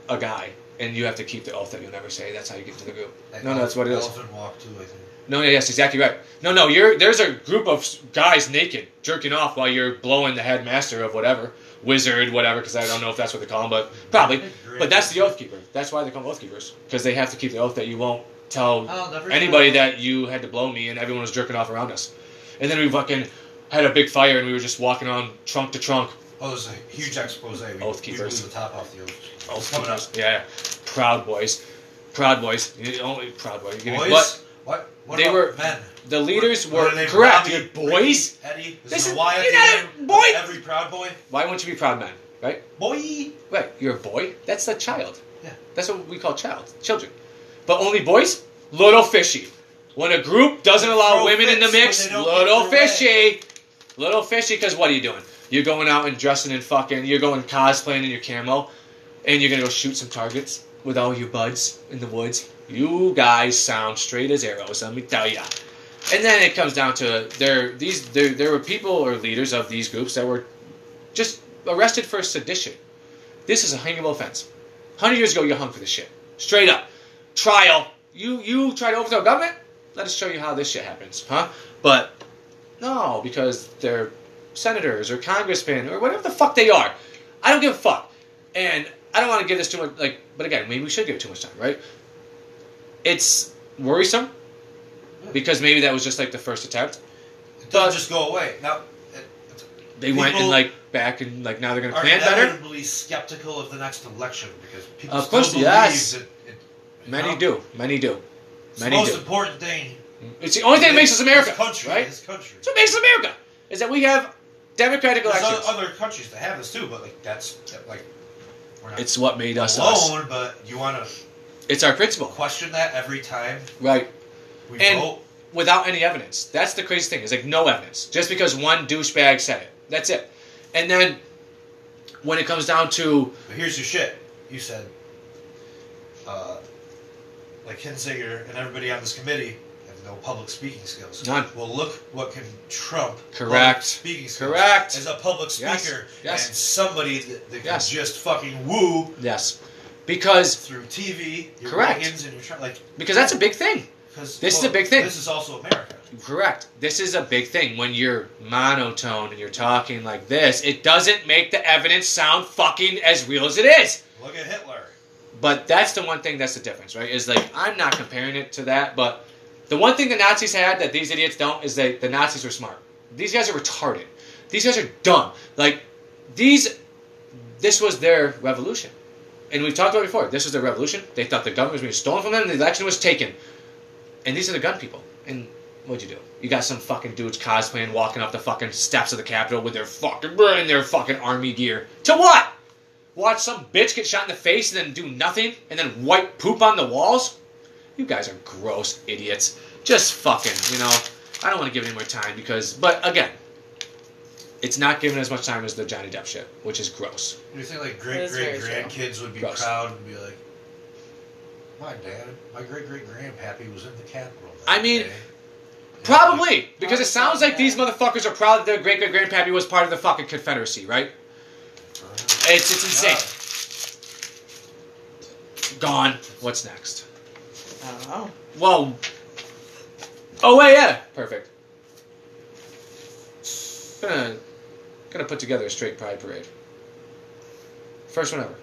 a guy, and you have to keep the oath that you'll never say. That's how you get into the group. That No, no, that's what it is. Elephant walk too. I think. No, no, yes, exactly right. No, no, you're there's a group of s- guys naked jerking off while you're blowing the headmaster of whatever wizard, whatever, because I don't know if that's what they call him, but probably. But that's the oath keeper. That's why they call them oath keepers because they have to keep the oath that you won't tell I'll never anybody that you had to blow me, and everyone was jerking off around us. And then we fucking had a big fire, and we were just walking on trunk to trunk. Oh, there's a huge expose. We, Oath we keepers. blew the top off the oath. Oh, coming up, yeah, yeah. proud boys, proud boys, You- only proud boys. You- Boys. What? What? What They about were- men? The leaders What- what are were they, correct. Bobby, Your boys. Eddie. Is This this is- a Y at you're the not a end of boy. Every proud boy. Why won't you be proud man? Right? Boy. Right. You're a boy. That's a child. Yeah. That's what we call child, children. But only boys, little fishy. When a group doesn't allow Throw women in the fits when mix, they don't little get their way. fishy, little fishy. Because what are you doing? You're going out and dressing and fucking. You're going cosplaying in your camo, and you're gonna go shoot some targets with all your buds in the woods. You guys sound straight as arrows. Let me tell ya. And then it comes down to there. These there, there were people or leaders of these groups that were just arrested for sedition. This is a hangable offense. Hundred years ago, you hung for this shit. Straight up, trial. You you try to overthrow government. Let us show you how this shit happens, huh? But no, because they're senators or congressmen or whatever the fuck they are. I don't give a fuck, and I don't want to give this too much. Like, but again, maybe we should give it too much time, right? It's worrisome because maybe that was just like the first attempt. It doesn't just go away. Now, it, it's- They went and People- like back and like now they're gonna are plan better. inevitably skeptical of the next election because people Of still course, believe yes. that. It, you Many know? do, many do, It's the many most do. important thing. It's the only thing that makes us America, This country. right? This country. That's what makes us America is that we have democratic There's elections. other, other countries that have this too, but like that's that, like we're not It's what made us us. alone. But you want to It's our principle, question that every time right? we And- vote. Without any evidence. That's the crazy thing. Is like no evidence, just because one douchebag said it. That's it. And then when it comes down to But here's your shit. You said, uh, like Hinziger and everybody on this committee have no public speaking skills. None. Well, look what can trump Correct. public speaking skills. Correct. As a public Yes. speaker Yes. and somebody that, that can Yes. just fucking woo yes, because through TV, your Correct. Reagans and your Trump, like because that's a big thing. because This is a big thing. This is also America. Correct. This is a big thing. When you're monotone and you're talking like this, it doesn't make the evidence sound fucking as real as it is. Look at Hitler. But that's the one thing that's the difference, right? Is like I'm not comparing it to that, but the one thing the Nazis had that these idiots don't is that the Nazis were smart. These guys are retarded. These guys are dumb. Like these this was their revolution. And we've talked about it before. This was their revolution. They thought the government was being stolen from them, the election was taken. And these are the gun people. And what'd you do? You got some fucking dudes cosplaying, walking up the fucking steps of the Capitol with their fucking in their fucking army gear. To what? watch some bitch get shot in the face and then do nothing and then wipe poop on the walls? You guys are gross idiots. Just fucking, you know. I don't want to give it any more time because, but again, it's not given as much time as the Johnny Depp shit, which is gross. Do you think like It great is very great grandkids would be Gross. proud and be like, my dad, my great great grandpappy was in the Capitol. that I mean, day." Probably because it sounds like these motherfuckers are proud that their great great grandpappy was part of the fucking Confederacy, right? It's it's insane. Gone. What's next? I don't know. Well. Oh wait, yeah. Perfect. Gonna, gonna put together a straight pride parade. First one ever.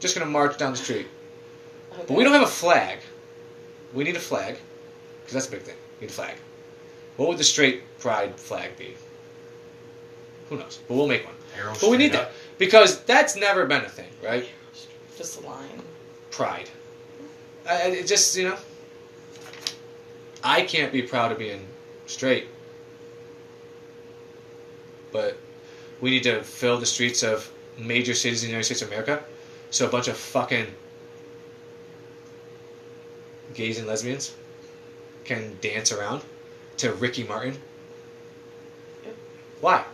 Just gonna march down the street, but we don't have a flag. we need a flag, because that's a big thing. We need a flag. What would the straight pride flag be? Who knows? But we'll make one. Arrow But we straight need up. that because that's never been a thing, right? Just a line. Pride. I, I- it just you know, I can't be proud of being straight, but we need to fill the streets of major cities in the United States of America, so a bunch of fucking gays and lesbians can dance around to Ricky Martin. Yep. Why?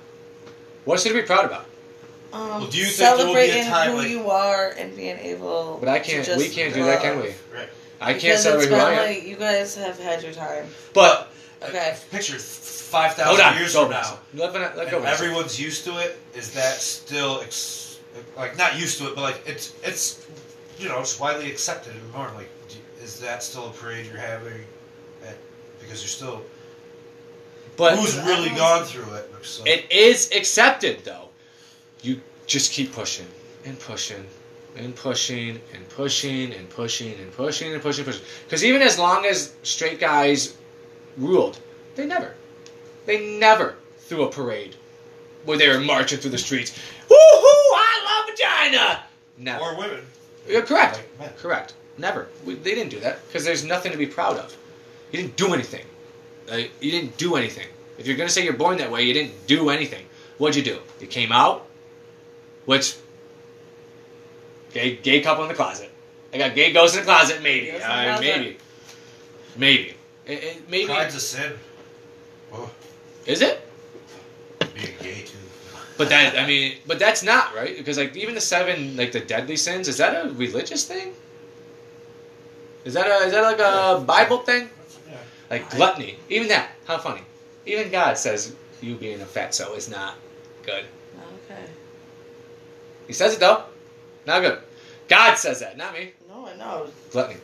What's there to be proud about? Um, Well, do you think there will be a celebrating time who when- you are and being able. But I to can't. just We can't do that, can love. we? Right. I can't Because celebrate it's who been I am. like, you guys have had your time. But Okay. Uh, Picture five hold thousand on. years go from now. Let, let, let and go. of myself. everyone's used to it. Is that still ex- like not used to it, but like it's it's you know it's widely accepted and norm. Like, do, is that still a parade you're having? At, because you're still but who's really gone through it? So, it is accepted though. You just keep pushing and pushing and pushing and pushing and pushing and pushing and pushing and pushing. Because even as long as straight guys ruled, they never, they never threw a parade where they were marching through the streets. Woo hoo! I love vagina. Never. or women. Yeah, correct. Like men. Correct. Never. We, they didn't do that because there's nothing to be proud of. You didn't do anything. Like, you didn't do anything. If you're gonna say you're born that way, you didn't do anything. What'd you do? You came out, which gay gay couple in the closet. I got gay ghosts in the closet. Maybe. Ghosts in the Uh, closet. maybe. Maybe. It, it- maybe. Pride's a sin. Well, Is it? being gay too. But that I mean, but that's not right because like even the seven like the deadly sins is that a religious thing? Is that a is that like a Bible thing? Yeah. Like gluttony, even that. How funny! Even God says you being a fatso is not good. Okay. He says it though, not good. God says that, not me. No, I know. Gluttony,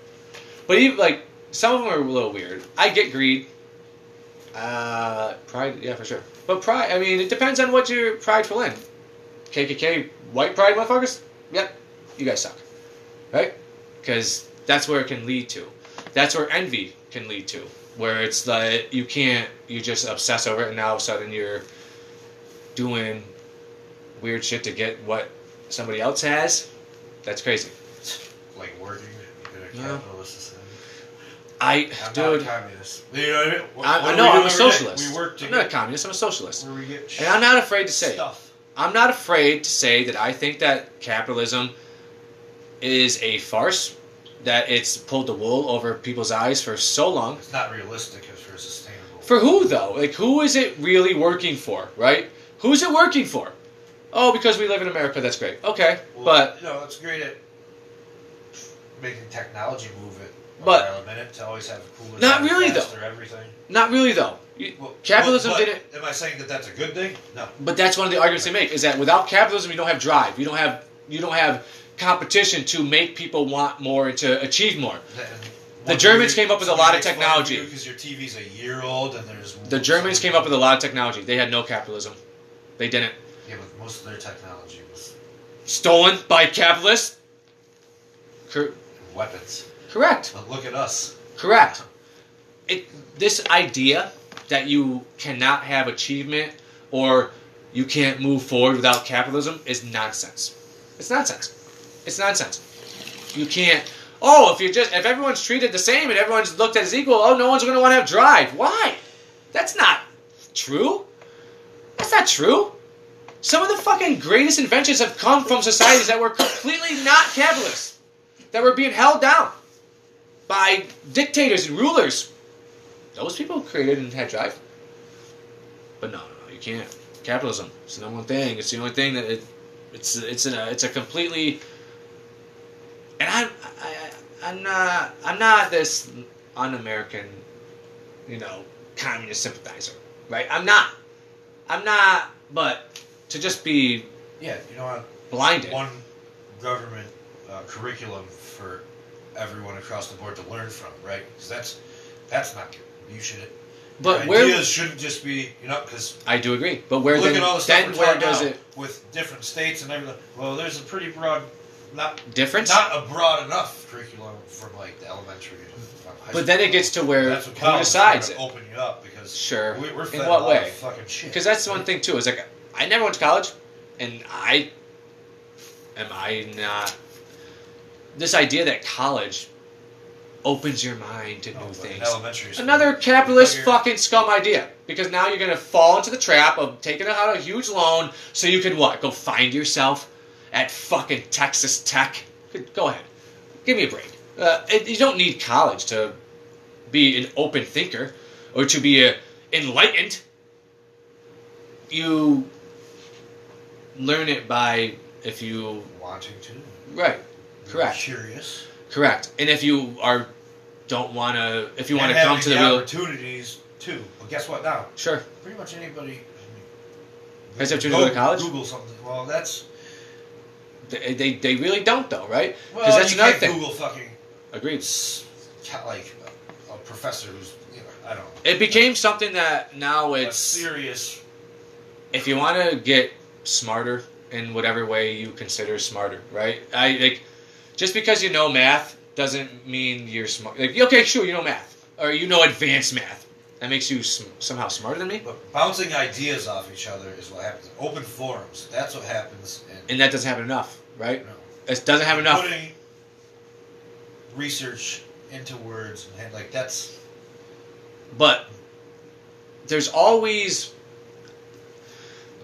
but even like some of them are a little weird. I get greed. Uh, pride, yeah, for sure. But pride, I mean, it depends on what you're prideful in. KKK, white pride motherfuckers? Yep, you guys suck. Right? Because that's where it can lead to. That's where envy can lead to. Where it's like you can't, you just obsess over it, and now all of a sudden you're doing weird shit to get what somebody else has. That's crazy. Like working in a Yeah. capitalist society. I, I'm dude, not a communist. You know what I mean? What- I, what I do know we do I'm a every day? socialist. We work I'm not a together. communist, I'm a socialist. Where we get And I'm not afraid to say it. stuff. I'm not afraid to say that I think that capitalism is a farce, that it's pulled the wool over people's eyes for so long. It's not realistic as for sustainable. For who, though? Like, who is it really working for, right? Who's it working for? Oh, because we live in America, that's great. Okay, Well, but you know, it's great at making technology move it But- around a minute to always have a cooler. Not really, though. faster everything. not really, though. You- Well, Capitalism but- but didn't. Am I saying that that's a good thing? No. But that's one of the arguments they make is that without capitalism, you don't have drive. You don't have you don't have competition to make people want more and to achieve more. The Germans came up with a lot of technology. because your TV's a year old and there's. The Germans came up with a lot of technology. They had no capitalism. They didn't. Yeah, but most of their technology was Stolen by capitalists? Cor- weapons. correct. But look at us. Correct. It this idea that you cannot have achievement or you can't move forward without capitalism is nonsense. It's nonsense. It's nonsense. You can't Oh, if you just if everyone's treated the same and everyone's looked at as equal, oh no one's gonna want to have drive. Why? That's not true. That's not true. Some of the fucking greatest inventions have come from societies that were completely not capitalist. That were being held down by dictators and rulers. Those people created and had drive. But no, no, no, you can't. Capitalism. It's the number one thing. It's the only thing that it, it's it's in a it's a completely. And I'm I, I- I'm not I'm not this un-American, you know, communist sympathizer, right? I'm not. I'm not. But to just be Yeah, you know what? blinded. one government uh, curriculum for everyone across the board to learn from, right? Because that's that's not good. You should. but your where ideas shouldn't just be you know because I do agree. But where look at then, all the stuff then we're where taught does now it? with different states and everything. Well, there's a pretty broad not difference. not a broad enough curriculum from like the elementary. To, um, high but then it gets to where that's who what college is trying decides to it. Open you up because Sure. we, we're In fed a what lot way? of Fucking shit. Because that's the one thing too. Is like I never went to college, and I am I not this idea that college opens your mind to Oh, new but in things. Elementary school, Another capitalist Figure- fucking scum idea. Because now you're gonna fall into the trap of taking out a huge loan so you can what? Go find yourself at fucking Texas Tech. Good- Go ahead, give me a break. Uh, it- you don't need college to be an open thinker or to be uh enlightened. You learn it by if you wanting to. right, You're correct, Curious. correct, and if you are don't want to if you want to And come having to the real opportunities too. But guess what? Now, sure. pretty much anybody. I mean, Has the opportunity to go to college? Google something. Well, that's They, they, they really don't though, right? well. Because that's you another can't thing. Google fucking Agreed. s- ca- like a, a professor who's you know I don't know. It became something that now a it's serious. if you want to get smarter in whatever way you consider smarter, right? I like just because you know math doesn't mean you're smart. Like okay, sure, you know math or you know advanced math. That makes you sm- somehow smarter than me, But bouncing ideas off each other is what happens. Open forums. That's what happens. And, and that doesn't happen enough, right? you know, It doesn't happen enough. putting research into words and hand- like that's but there's always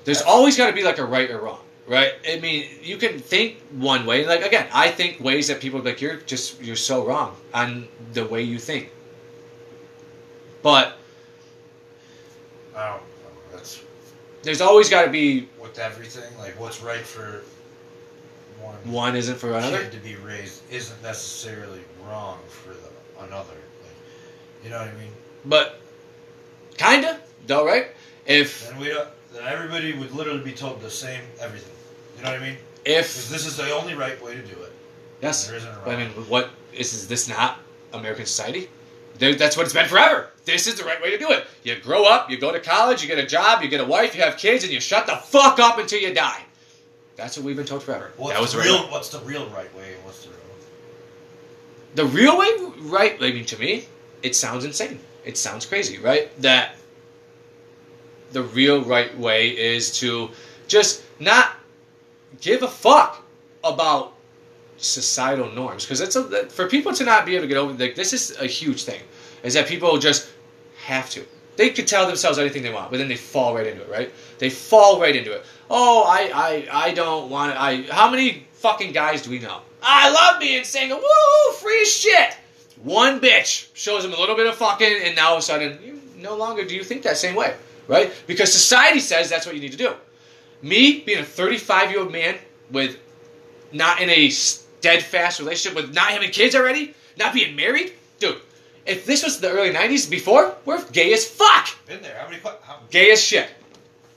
there's always got to be like a right or wrong right i mean you can think one way like again i think ways that people are like you're just you're so wrong on the way you think but I don't know. That's there's always got to be with everything. Like what's right for one one isn't for another kid to be raised isn't necessarily wrong for the another. Like, you know what I mean? but kinda though right if Then we don't. Then everybody would literally be told the same everything. You know what I mean? Because if this is the only right way to do it. yes There isn't a wrong. But I mean, what is, is this not American society? There- That's what it's been forever. This is the right way to do it. You grow up, you go to college, you get a job, you get a wife, you have kids, and you shut the fuck up until you die. That's what we've been told forever. what's that was the real. real? What's the real right way? And what's the real? The real way, right? I mean, to me, it sounds insane. It sounds crazy, right? That the real right way is to just not give a fuck about societal norms because that's a, that, for people to not be able to get over like this is a huge thing is that people just have to they could tell themselves anything they want but then they fall right into it right they fall right into it oh i i, I don't want to i how many fucking guys do we know i love being single woo free shit one bitch shows them a little bit of fucking and now all of a sudden you no longer do you think that same way right because society says that's what you need to do me being a 35 year old man with not in a steadfast relationship with not having kids already, not being married, dude. If this was the early '90s, before we're gay as fuck, Been there. How many? que- How, gay as shit.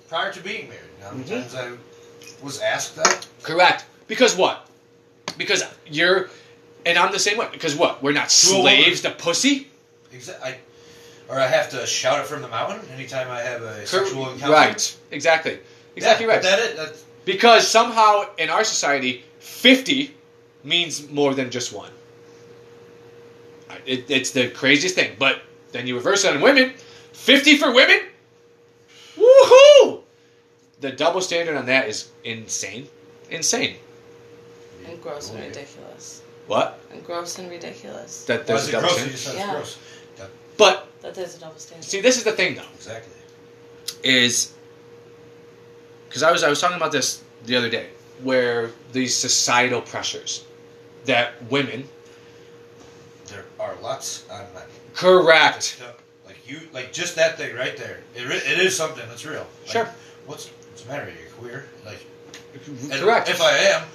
prior to being married, how many Mhm. times I was asked that? Correct. Because what? Because you're, and I'm the same way. Because what? We're not a woman. slaves to pussy. Exa- I, or I have to shout it from the mountain anytime I have a sexual encounter. Right. Exactly. Exactly yeah, right. but That it. That's, Because somehow in our society, 50 means more than just one. I- It, it's the craziest thing. But then you reverse it on women 50 for women? Woohoo! The double standard on that is insane. Insane. And gross and ridiculous. What? And gross and ridiculous. That Why there's is a it double gross? You standard. just said Yeah. it's gross. But That there's a double standard. see, this is the thing though. Exactly. is because I was I was talking about this the other day, where these societal pressures that women There are lots on men. correct Just, uh, Like you, like just that thing right there. It, re- it is something that's real. Like, Sure. What's what's the matter? You're queer. Like and correct, If I am,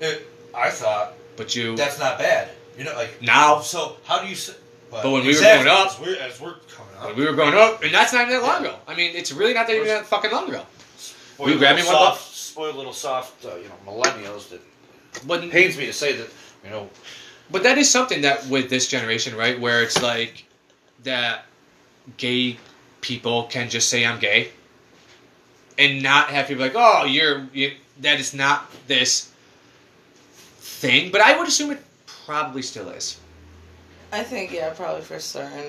it, I thought but you that's not bad. You know, like now Oh, so. How do you? s But when we were growing up- as we're, as we're coming up, when we were growing up, and that's not even that long ago. I mean, it's really not that even that fucking long ago. Spoiled you grab me little one soft, spoiled little soft, uh, you know, millennials. That But it pains me to say that, you know, But that is something that with this generation, right, where it's like that gay people can just say I'm gay and not have people like, "Oh, you're you, that is not this." thing, but I would assume it probably still is. I think yeah, probably for certain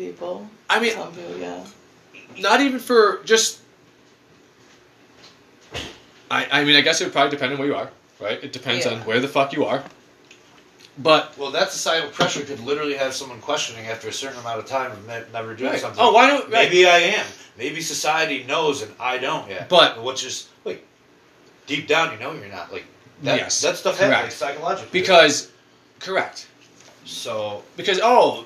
people. I mean, Some people, yeah. not even for just. I, I mean, I guess it would probably depend on where you are, right? It depends on Yeah. where the fuck you are. But Well, that societal pressure could literally have someone questioning after a certain amount of time of ne- never doing Right. something. oh, why don't right. Maybe I am. Maybe society knows and I don't yet. But- which is wait, deep down you know you're not like that. Yes, that stuff happens like, correct. psychologically. because correct so because oh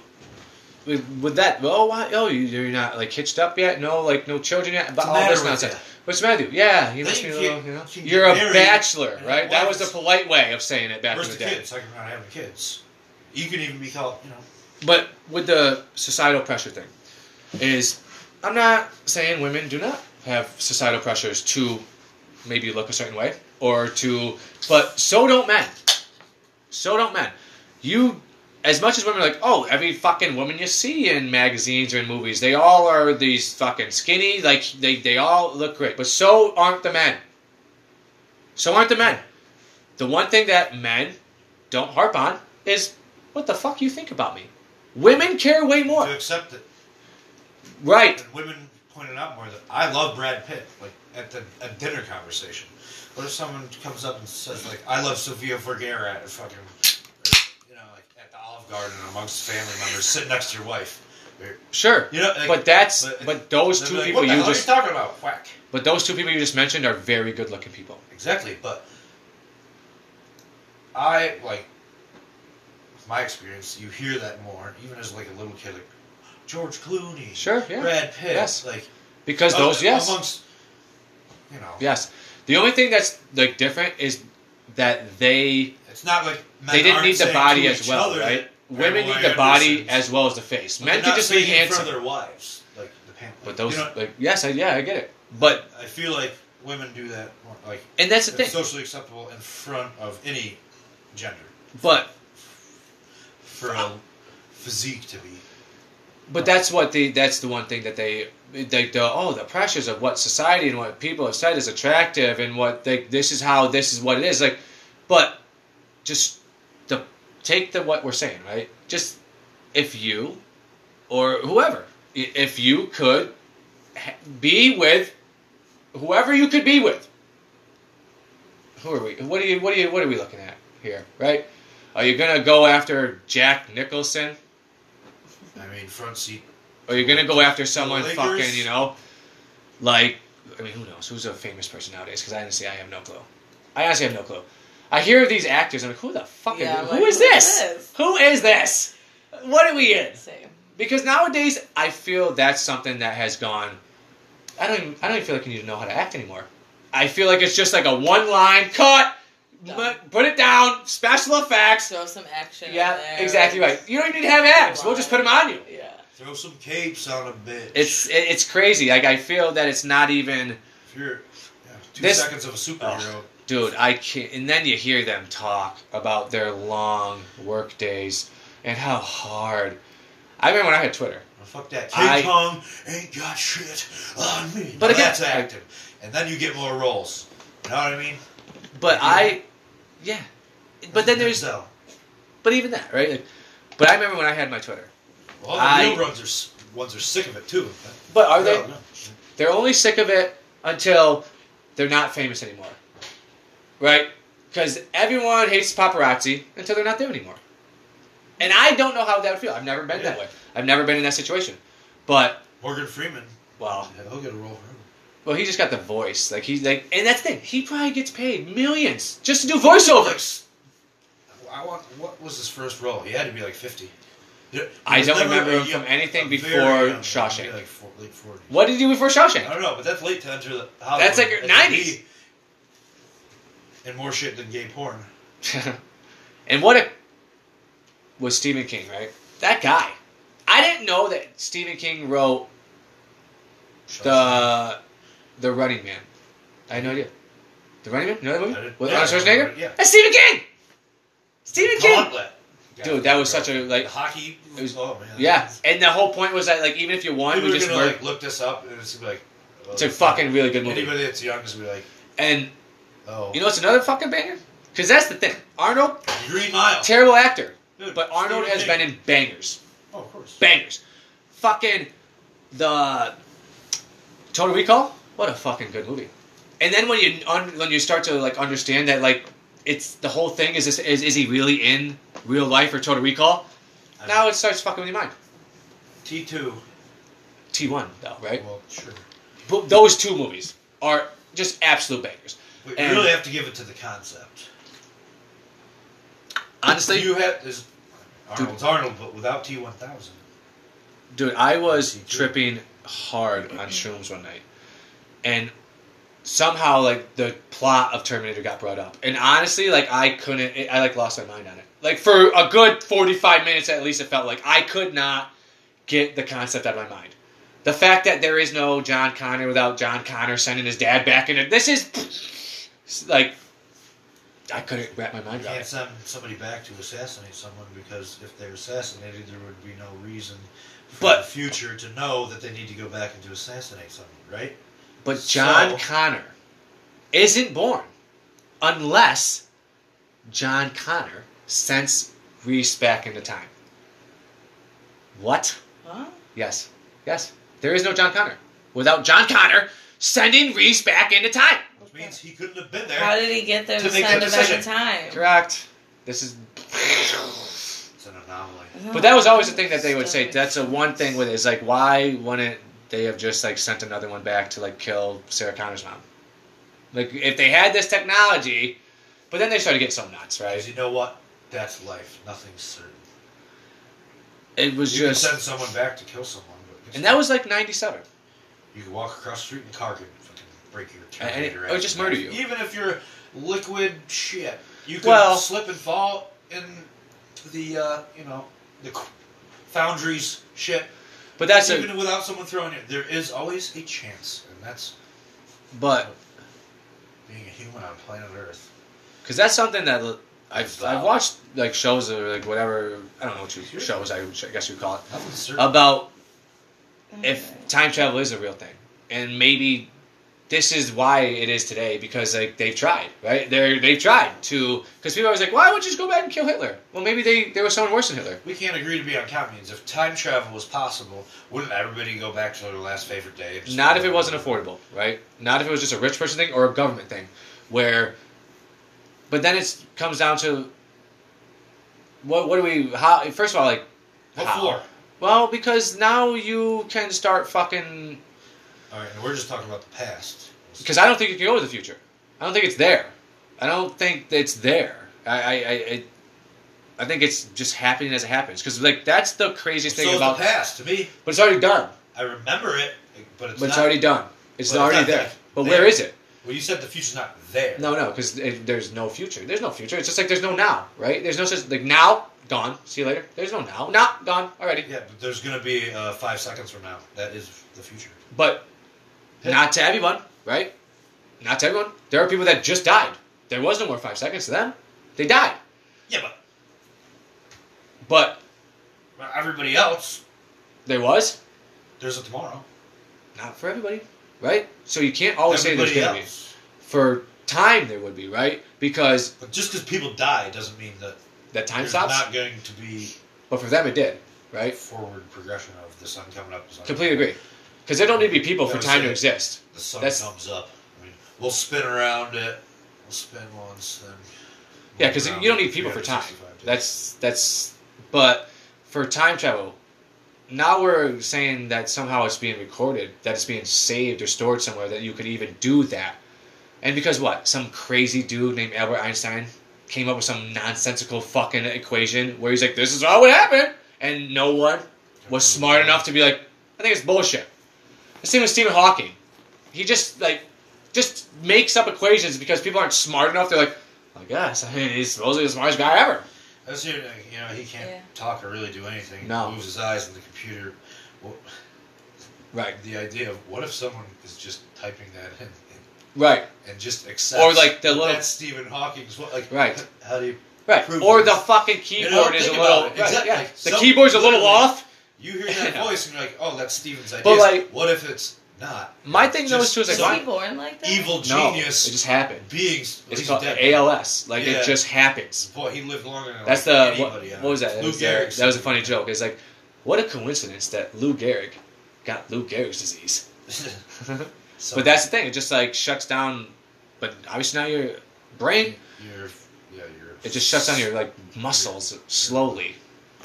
with, with that oh why oh you, you're not like hitched up yet no like no children yet but What's the all this matter with nonsense what's the matter with you yeah you Then must be you a can't- little you know you can't you're a get married bachelor and right have that was the wives. polite way of saying it back where's in the the day kids? Talking about having kids. You can even be called, you know. but with the societal pressure thing is i'm not saying women do not have societal pressures to maybe look a certain way or to but so don't men so don't men you as much as women are like oh every fucking woman you see in magazines or in movies they all are these fucking skinny like they, they all look great but so aren't the men so aren't the men the one thing that men don't harp on is what the fuck you think about me women care way more To accept it, right and women pointed out more that I love Brad Pitt. Like at the a dinner conversation. What if someone comes up and says like, "I love Sofia Vergara" at a fucking, or, you know, like at the Olive Garden amongst family members, sitting next to your wife. Or- sure You know, like- but that's but- but, those They'd two be like, people what the you hell just are you talking about? Whack. but those two people you just mentioned are very good looking people Exactly, but I like my experience. You hear that more, even as like a little kid, like George Clooney, Sure, yeah. Brad Pitt, Yes. like because other- those yes amongst you know, yes the only thing that's like different is that they it's not like men they didn't aren't need the saying body to as each well other right that women Pamela need the body Anderson's- as well as the face but men they're can not just be saying it for handsome their wives, like the Pam- but like, those you know, like yes I, yeah I get it but I feel like women do that more, like and that's the it's thing socially acceptable in front of any gender but for a physique to be But that's what the that's the one thing that they they the oh the pressures of what society and what people have said is attractive and what they this is how this is what it is like, but just the take the what we're saying right just if you or whoever i- if you could ha- be with whoever you could be with who are we what are you what are you what are we looking at here right are you gonna go after Jack Nicholson I mean, front seat. Or you're gonna go after someone Lakers? fucking, you know, like I mean, who knows? Who's a famous person nowadays? Because I honestly, I have no clue. I honestly have no clue. I hear of these actors. I'm like, who the fuck? Yeah, are, I'm who like, is who this? is this? Who is this? What are we in? Same. Because nowadays, I feel that's something that has gone. I don't. Even, I don't even feel like you need to know how to act anymore. I feel like it's just like a one line cut. Done. but Put it down. Special effects. Show some action. in Yeah, there. exactly right. You don't even need to have abs. We'll just put them on you. Yeah. Throw some capes on a bitch. It's it- it's crazy. Like I feel that it's not even, if you're yeah, two This- seconds of a superhero. dude. I can't. And then you hear them talk about their long work days and how hard. I remember when I had Twitter. Well, fuck that. King I- Kong ain't got shit on me. But Now again, that's acting, and then you get more roles. You know what I mean? But I, yeah. But then there's Denzel. but even that right. Like, but I remember when I had my Twitter. Well, the I- real runs are s- ones are sick of it too. But are they? No, no. They're only sick of it until they're not famous anymore, right? Because everyone hates paparazzi until they're not there anymore. And I don't know how that would feel. I've never been that way. I've never been in that situation. But Morgan Freeman? Well, Yeah, he'll get a role. well, he just got the voice. Like he's like, and that's the thing. He probably gets paid millions just to do voiceovers. I want. What was his first role? He had to be like fifty. There- there I was don't never remember a him from young- anything a before very young- Shawshank. Like four, late 40s. What did he do before I Shawshank? don't know, but that's late to enter the Hollywood. That's like your It could 90s. be- And more shit than gay porn. and what it was Stephen King, right? That guy. I didn't know that Stephen King wrote the the Running Man. I had no idea. The Running Man, you know that I movie did- with yeah, Arnold Schwarzenegger? yeah. That's Stephen King. Stephen King. Gauntlet. Dude, that was such a, like- hockey. It was- oh man. Yeah, and the whole point was that like even if you won, People we are just gonna murdered. like look this up and it's gonna be like. oh, It's a fucking really good movie. Anybody that's young is gonna be like, And oh. you know what's another fucking banger? Because that's the thing. Arnold, Green Mile. terrible actor. Dude, But Arnold Stephen has King. been in bangers. Oh, of course. Bangers. Fucking the Total Recall? What a fucking good movie. And then when you un- when you start to like understand that like it's the whole thing is this is, is he really in real life or Total Recall? I Now mean, it starts fucking with your mind. T2. T one though, right? Well, sure. But those two movies are just absolute bangers. But you And- really have to give it to the concept. Honestly, you have is Dude. Arnold's Arnold, but without T one thousand. Dude, I was tripping hard on shrooms one night, and somehow like the plot of Terminator got brought up, and honestly, like I couldn't, it, I like lost my mind on it. Like for a good forty-five minutes at least, it felt like I could not get the concept out of my mind. The fact that there is no John Connor without John Connor sending his dad back in it. This is like I couldn't wrap my You mind around can't it. send somebody back to assassinate someone because if they're assassinated, there would be no reason for But- the future to know that they need to go back and to assassinate someone, right? But John So- Connor isn't born unless John Connor sends Reese back into time. What? Huh? Yes. Yes. There is no John Connor without John Connor sending Reese back into time. Which means he couldn't have been How there. did he get there To to make send the it back in decision. time? Correct. This is. It's an anomaly. But that was always the thing that they would say. That's the one thing with it is like, why wouldn't they have just like sent another one back to like kill Sarah Connor's mom? Like, if they had this technology, but then they started getting some nuts, Because right? you know what? That's life. Nothing's certain. It was you just, can send someone back to kill someone, but and that was like '97. you can walk across the street and a car can fucking break your And- and it- Terminator. or just murder you. Even if you're liquid shit, you can Well- slip and fall in the uh, you know the qu- foundries shit. But that's Even a, without someone throwing it, there is always a chance, and that's but being a human on planet Earth. because that's something that l- I've I've watched like shows or like whatever I don't know what you shows I would- I guess you would call it Nothing's certain. about if time travel is a real thing and maybe this is why it is today because like they've tried right they they've tried to because people are always like why would you just go back and kill hitler well maybe they there was someone worse than hitler we can't agree to be on communes. If time travel was possible, wouldn't everybody go back to their last favorite day? and just- not if it wasn't affordable right not if it was just a rich person thing or a government thing where but then it comes down to what what do we how first of all like What how? floor? well because now you can start fucking All right, and we're just talking about the past. because I don't think you can go to the future. I don't think it's there. I don't think it's there. I I I, I, I think it's just happening as it happens. Because like that's the craziest so thing is about. the past to me. But it's already done. I remember it, but it's not. but it's already done. It's but it's already not there. there. But There. where is it? Well, you said the future's not there. No, no, because there's no future. There's no future. It's just like there's no now, right? There's no such like now gone. See you later. There's no now. Now gone already. Yeah, but there's gonna be uh, five seconds from now. That is the future. But Yeah. not to everyone, right? Not to everyone. There are people that just died. There was no more five seconds to them. They died. Yeah, but But but everybody else, there was. there's a tomorrow. not for everybody, right? So you can't always everybody say there's going to be. else. For time, there would be, right? Because But just because people die doesn't mean that that time there's stops. not going to be But for them, it did, right? forward progression of the sun coming up. The sun Completely agree. Because there don't need to be people Yeah, for I'm time to saying- exist. The sun That's- comes up. I mean, we'll spin around it. We'll spin once, then. Yeah, because you don't need people for time. That's that's. But for time travel, now we're saying that somehow it's being recorded, that it's being saved or stored somewhere, that you could even do that. And because what? Some crazy dude named Albert Einstein came up with some nonsensical fucking equation where he's like, "This is how it happened," and no one was smart enough to be like, "I think it's bullshit." The same with Stephen Hawking. He just like just makes up equations because people aren't smart enough. They're like, I guess. I mean, he's supposedly the smartest guy ever. That's it, like, you know, he can't Yeah. talk or really do anything. No. He moves his eyes and the computer. Well, Right. the idea of what if someone is just typing that in and, Right. and just accepts. Or, like, the little- That's Stephen Hawking's. What, like, Right. How do you. Right. Prove Or it. the fucking You keyboard know, is a think little. about it. right, Exactly. yeah. Like, the some- keyboard's a little literally- off. You hear that Yeah. voice and you're like, oh, that's Steven's idea. But, like- what if it's not. My thing though is Just- too is like Was So- why he born like that? Evil no, genius it just happened. beings. It's he's called dead. ALS. Like Yeah. it just happens. Boy, he lived longer than That's the like, what, anybody. on what was it. that? That Lou was, the- Gehrig's- that was a funny joke. It's like, what a coincidence that Lou Gehrig got Lou Gehrig's disease. So But that's the thing. It just like shuts down. But obviously now your brain your yeah your it just shuts down your like muscles slowly,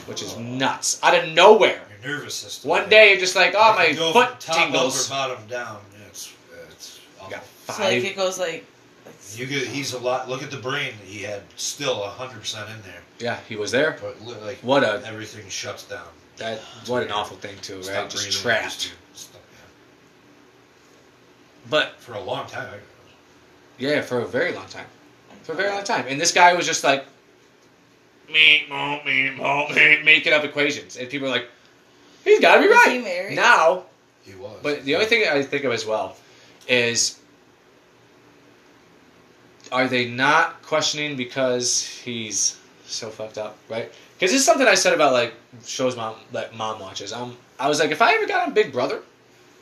which is nuts out of nowhere. your nervous system. One day you're just like, oh It my can go foot from top tingles. up or bottom down. It's it's awful. Got So like five. it goes like. like- You get, he's a lot. Look at the brain that he had still hundred percent in there, Yeah, he was there. but li- like What a everything shuts down. that what an awful thing too, Stop right? Just breathing, trapped. just- stop, yeah. But For a long time, I- yeah, for a very long time. For a very long time. And this guy was just like me, mo, me, mo, me, making up equations. And people are like, He's gotta be Is right. he married? Now he was. But the only thing I think of as well is are they not questioning because he's so fucked up, right? Because it's something I said about like shows mom that mom watches. Um, I was like, if I ever got on Big Brother,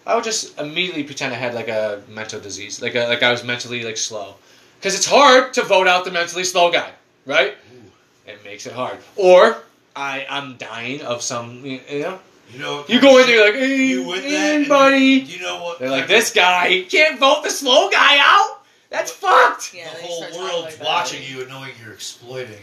I would just immediately pretend I had like a mental disease, like a, like I was mentally like slow, because it's hard to vote out the mentally slow guy, right? Ooh. It makes it hard. Or I I'm dying of some, you know. you know You go in there like, hey, You win that, and buddy. You know what? They're like, this guy he can't vote the slow guy out. That's fucked. Yeah, the then you whole start talking world's like that. watching you and knowing you're exploiting.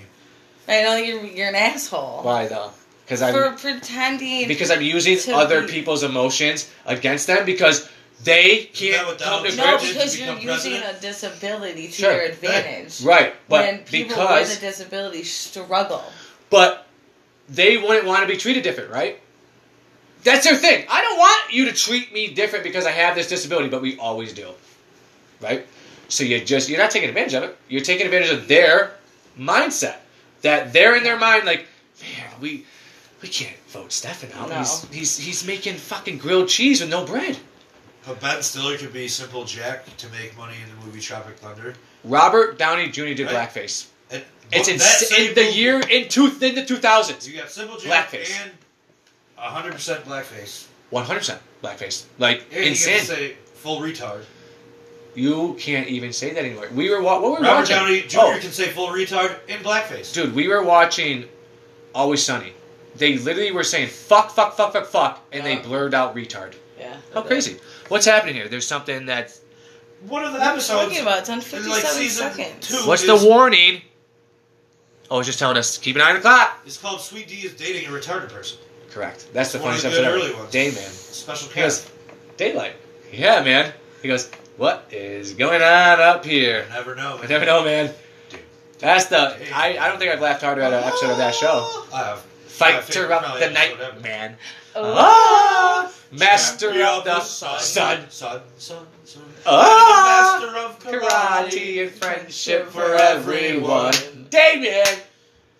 I know you're you're an asshole Why though? Because for I'm pretending. because I'm using To other be- people's emotions against them because they Isn't that can't what come Donald to no, Trump grips. did? because to you're become using president? a disability to Sure. your advantage. Right, when but people with because a disability struggle. but they wouldn't want to be treated different, right? That's their thing. I don't want you to treat me different because I have this disability, but we always do, right? So you just you're not taking advantage of it. You're taking advantage of their mindset that they're in their mind like, man, we we can't vote Stefan out. No. He's, he's he's making fucking grilled cheese with no bread. But Ben Stiller could be simple Jack to make money in the movie Tropic Thunder. Robert Downey Jr. did Right. blackface. And, but It's in, that s- same in the movie, year in two in the two thousands. You got simple Jack Blackface. and 100 percent blackface. One hundred percent blackface. Like And you insane. get to say full retard. You can't even say that anymore. We were wa- what were we Robert watching? Downey Jr. Oh, can say full retard in blackface. dude, we were watching Always Sunny. They literally were saying fuck, fuck, fuck, fuck, fuck, and they Uh-huh. Yeah. blurred out retard. Yeah. How crazy! What's happening here? There's something that. One of the What are you episodes. talking about? It's on in 57 like season seconds. two. What's the is, warning? Oh, it's just telling us to keep an eye on the clock. It's called Sweet D is dating a retarded person. Correct. That's the One of funniest the episode good ever. early ones. Day man. Special He cast. goes, daylight. Yeah, man. He goes, what is going on up here? You never know. I never know, man. Dude. That's the. I, I don't think I've laughed harder at an episode of that show. I have. Fight Probably- to up probably the episode night, ever. man. Oh. Ah, master Champion of the sun, sun. sun, sun, sun. Ah, Master of karate. karate and friendship for everyone. Damien.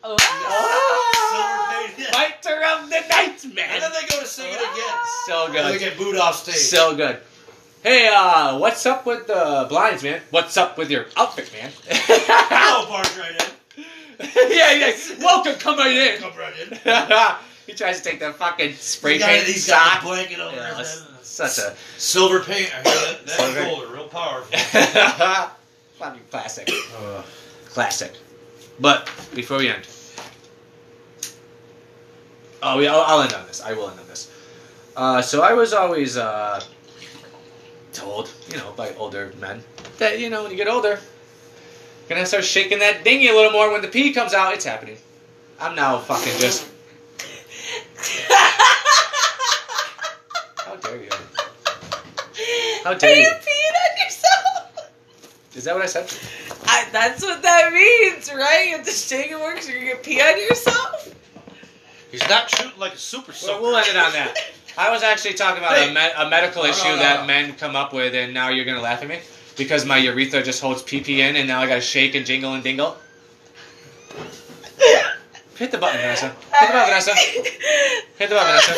Oh. Ah, Silver Page. fighter of the night, And man. then they go to sing it again. So And they good. get booed off stage. Ah! So good. Hey, uh, what's up with the blinds, man? What's up with your outfit, man? yeah, ah! Hello, barge right in. yeah. Welcome, come right in. Come right in. he tries to take that fucking spray The guy- paint he's sock. got the blanket over Yeah, his it's head. such a Silver paint. I mean, that, that's Silver. gold, real powerful. Fucking classic. Uh, Classic. But before we end, oh, yeah, I'll, I'll end on this. I will end on this. Uh, so I was always uh, told, you know, by older men that you know when you get older, you're gonna start shaking that dinghy a little more. When the pee comes out, it's happening. I'm now fucking just. How dare you? How dare Are you. you peeing on yourself? Is that what I said? I, that's what that means, right? You have to shake it works. You're gonna pee on yourself. he's not shooting like a super Well, soaker. we'll end it on that. I was actually talking about Hey. a, me- a medical No, no, issue no, that no. men come up with, and now you're gonna laugh at me because my urethra just holds PP in, and now I gotta shake and jingle and dingle. Hit the button, Vanessa. Hit the button, Vanessa. Hit the button, Vanessa.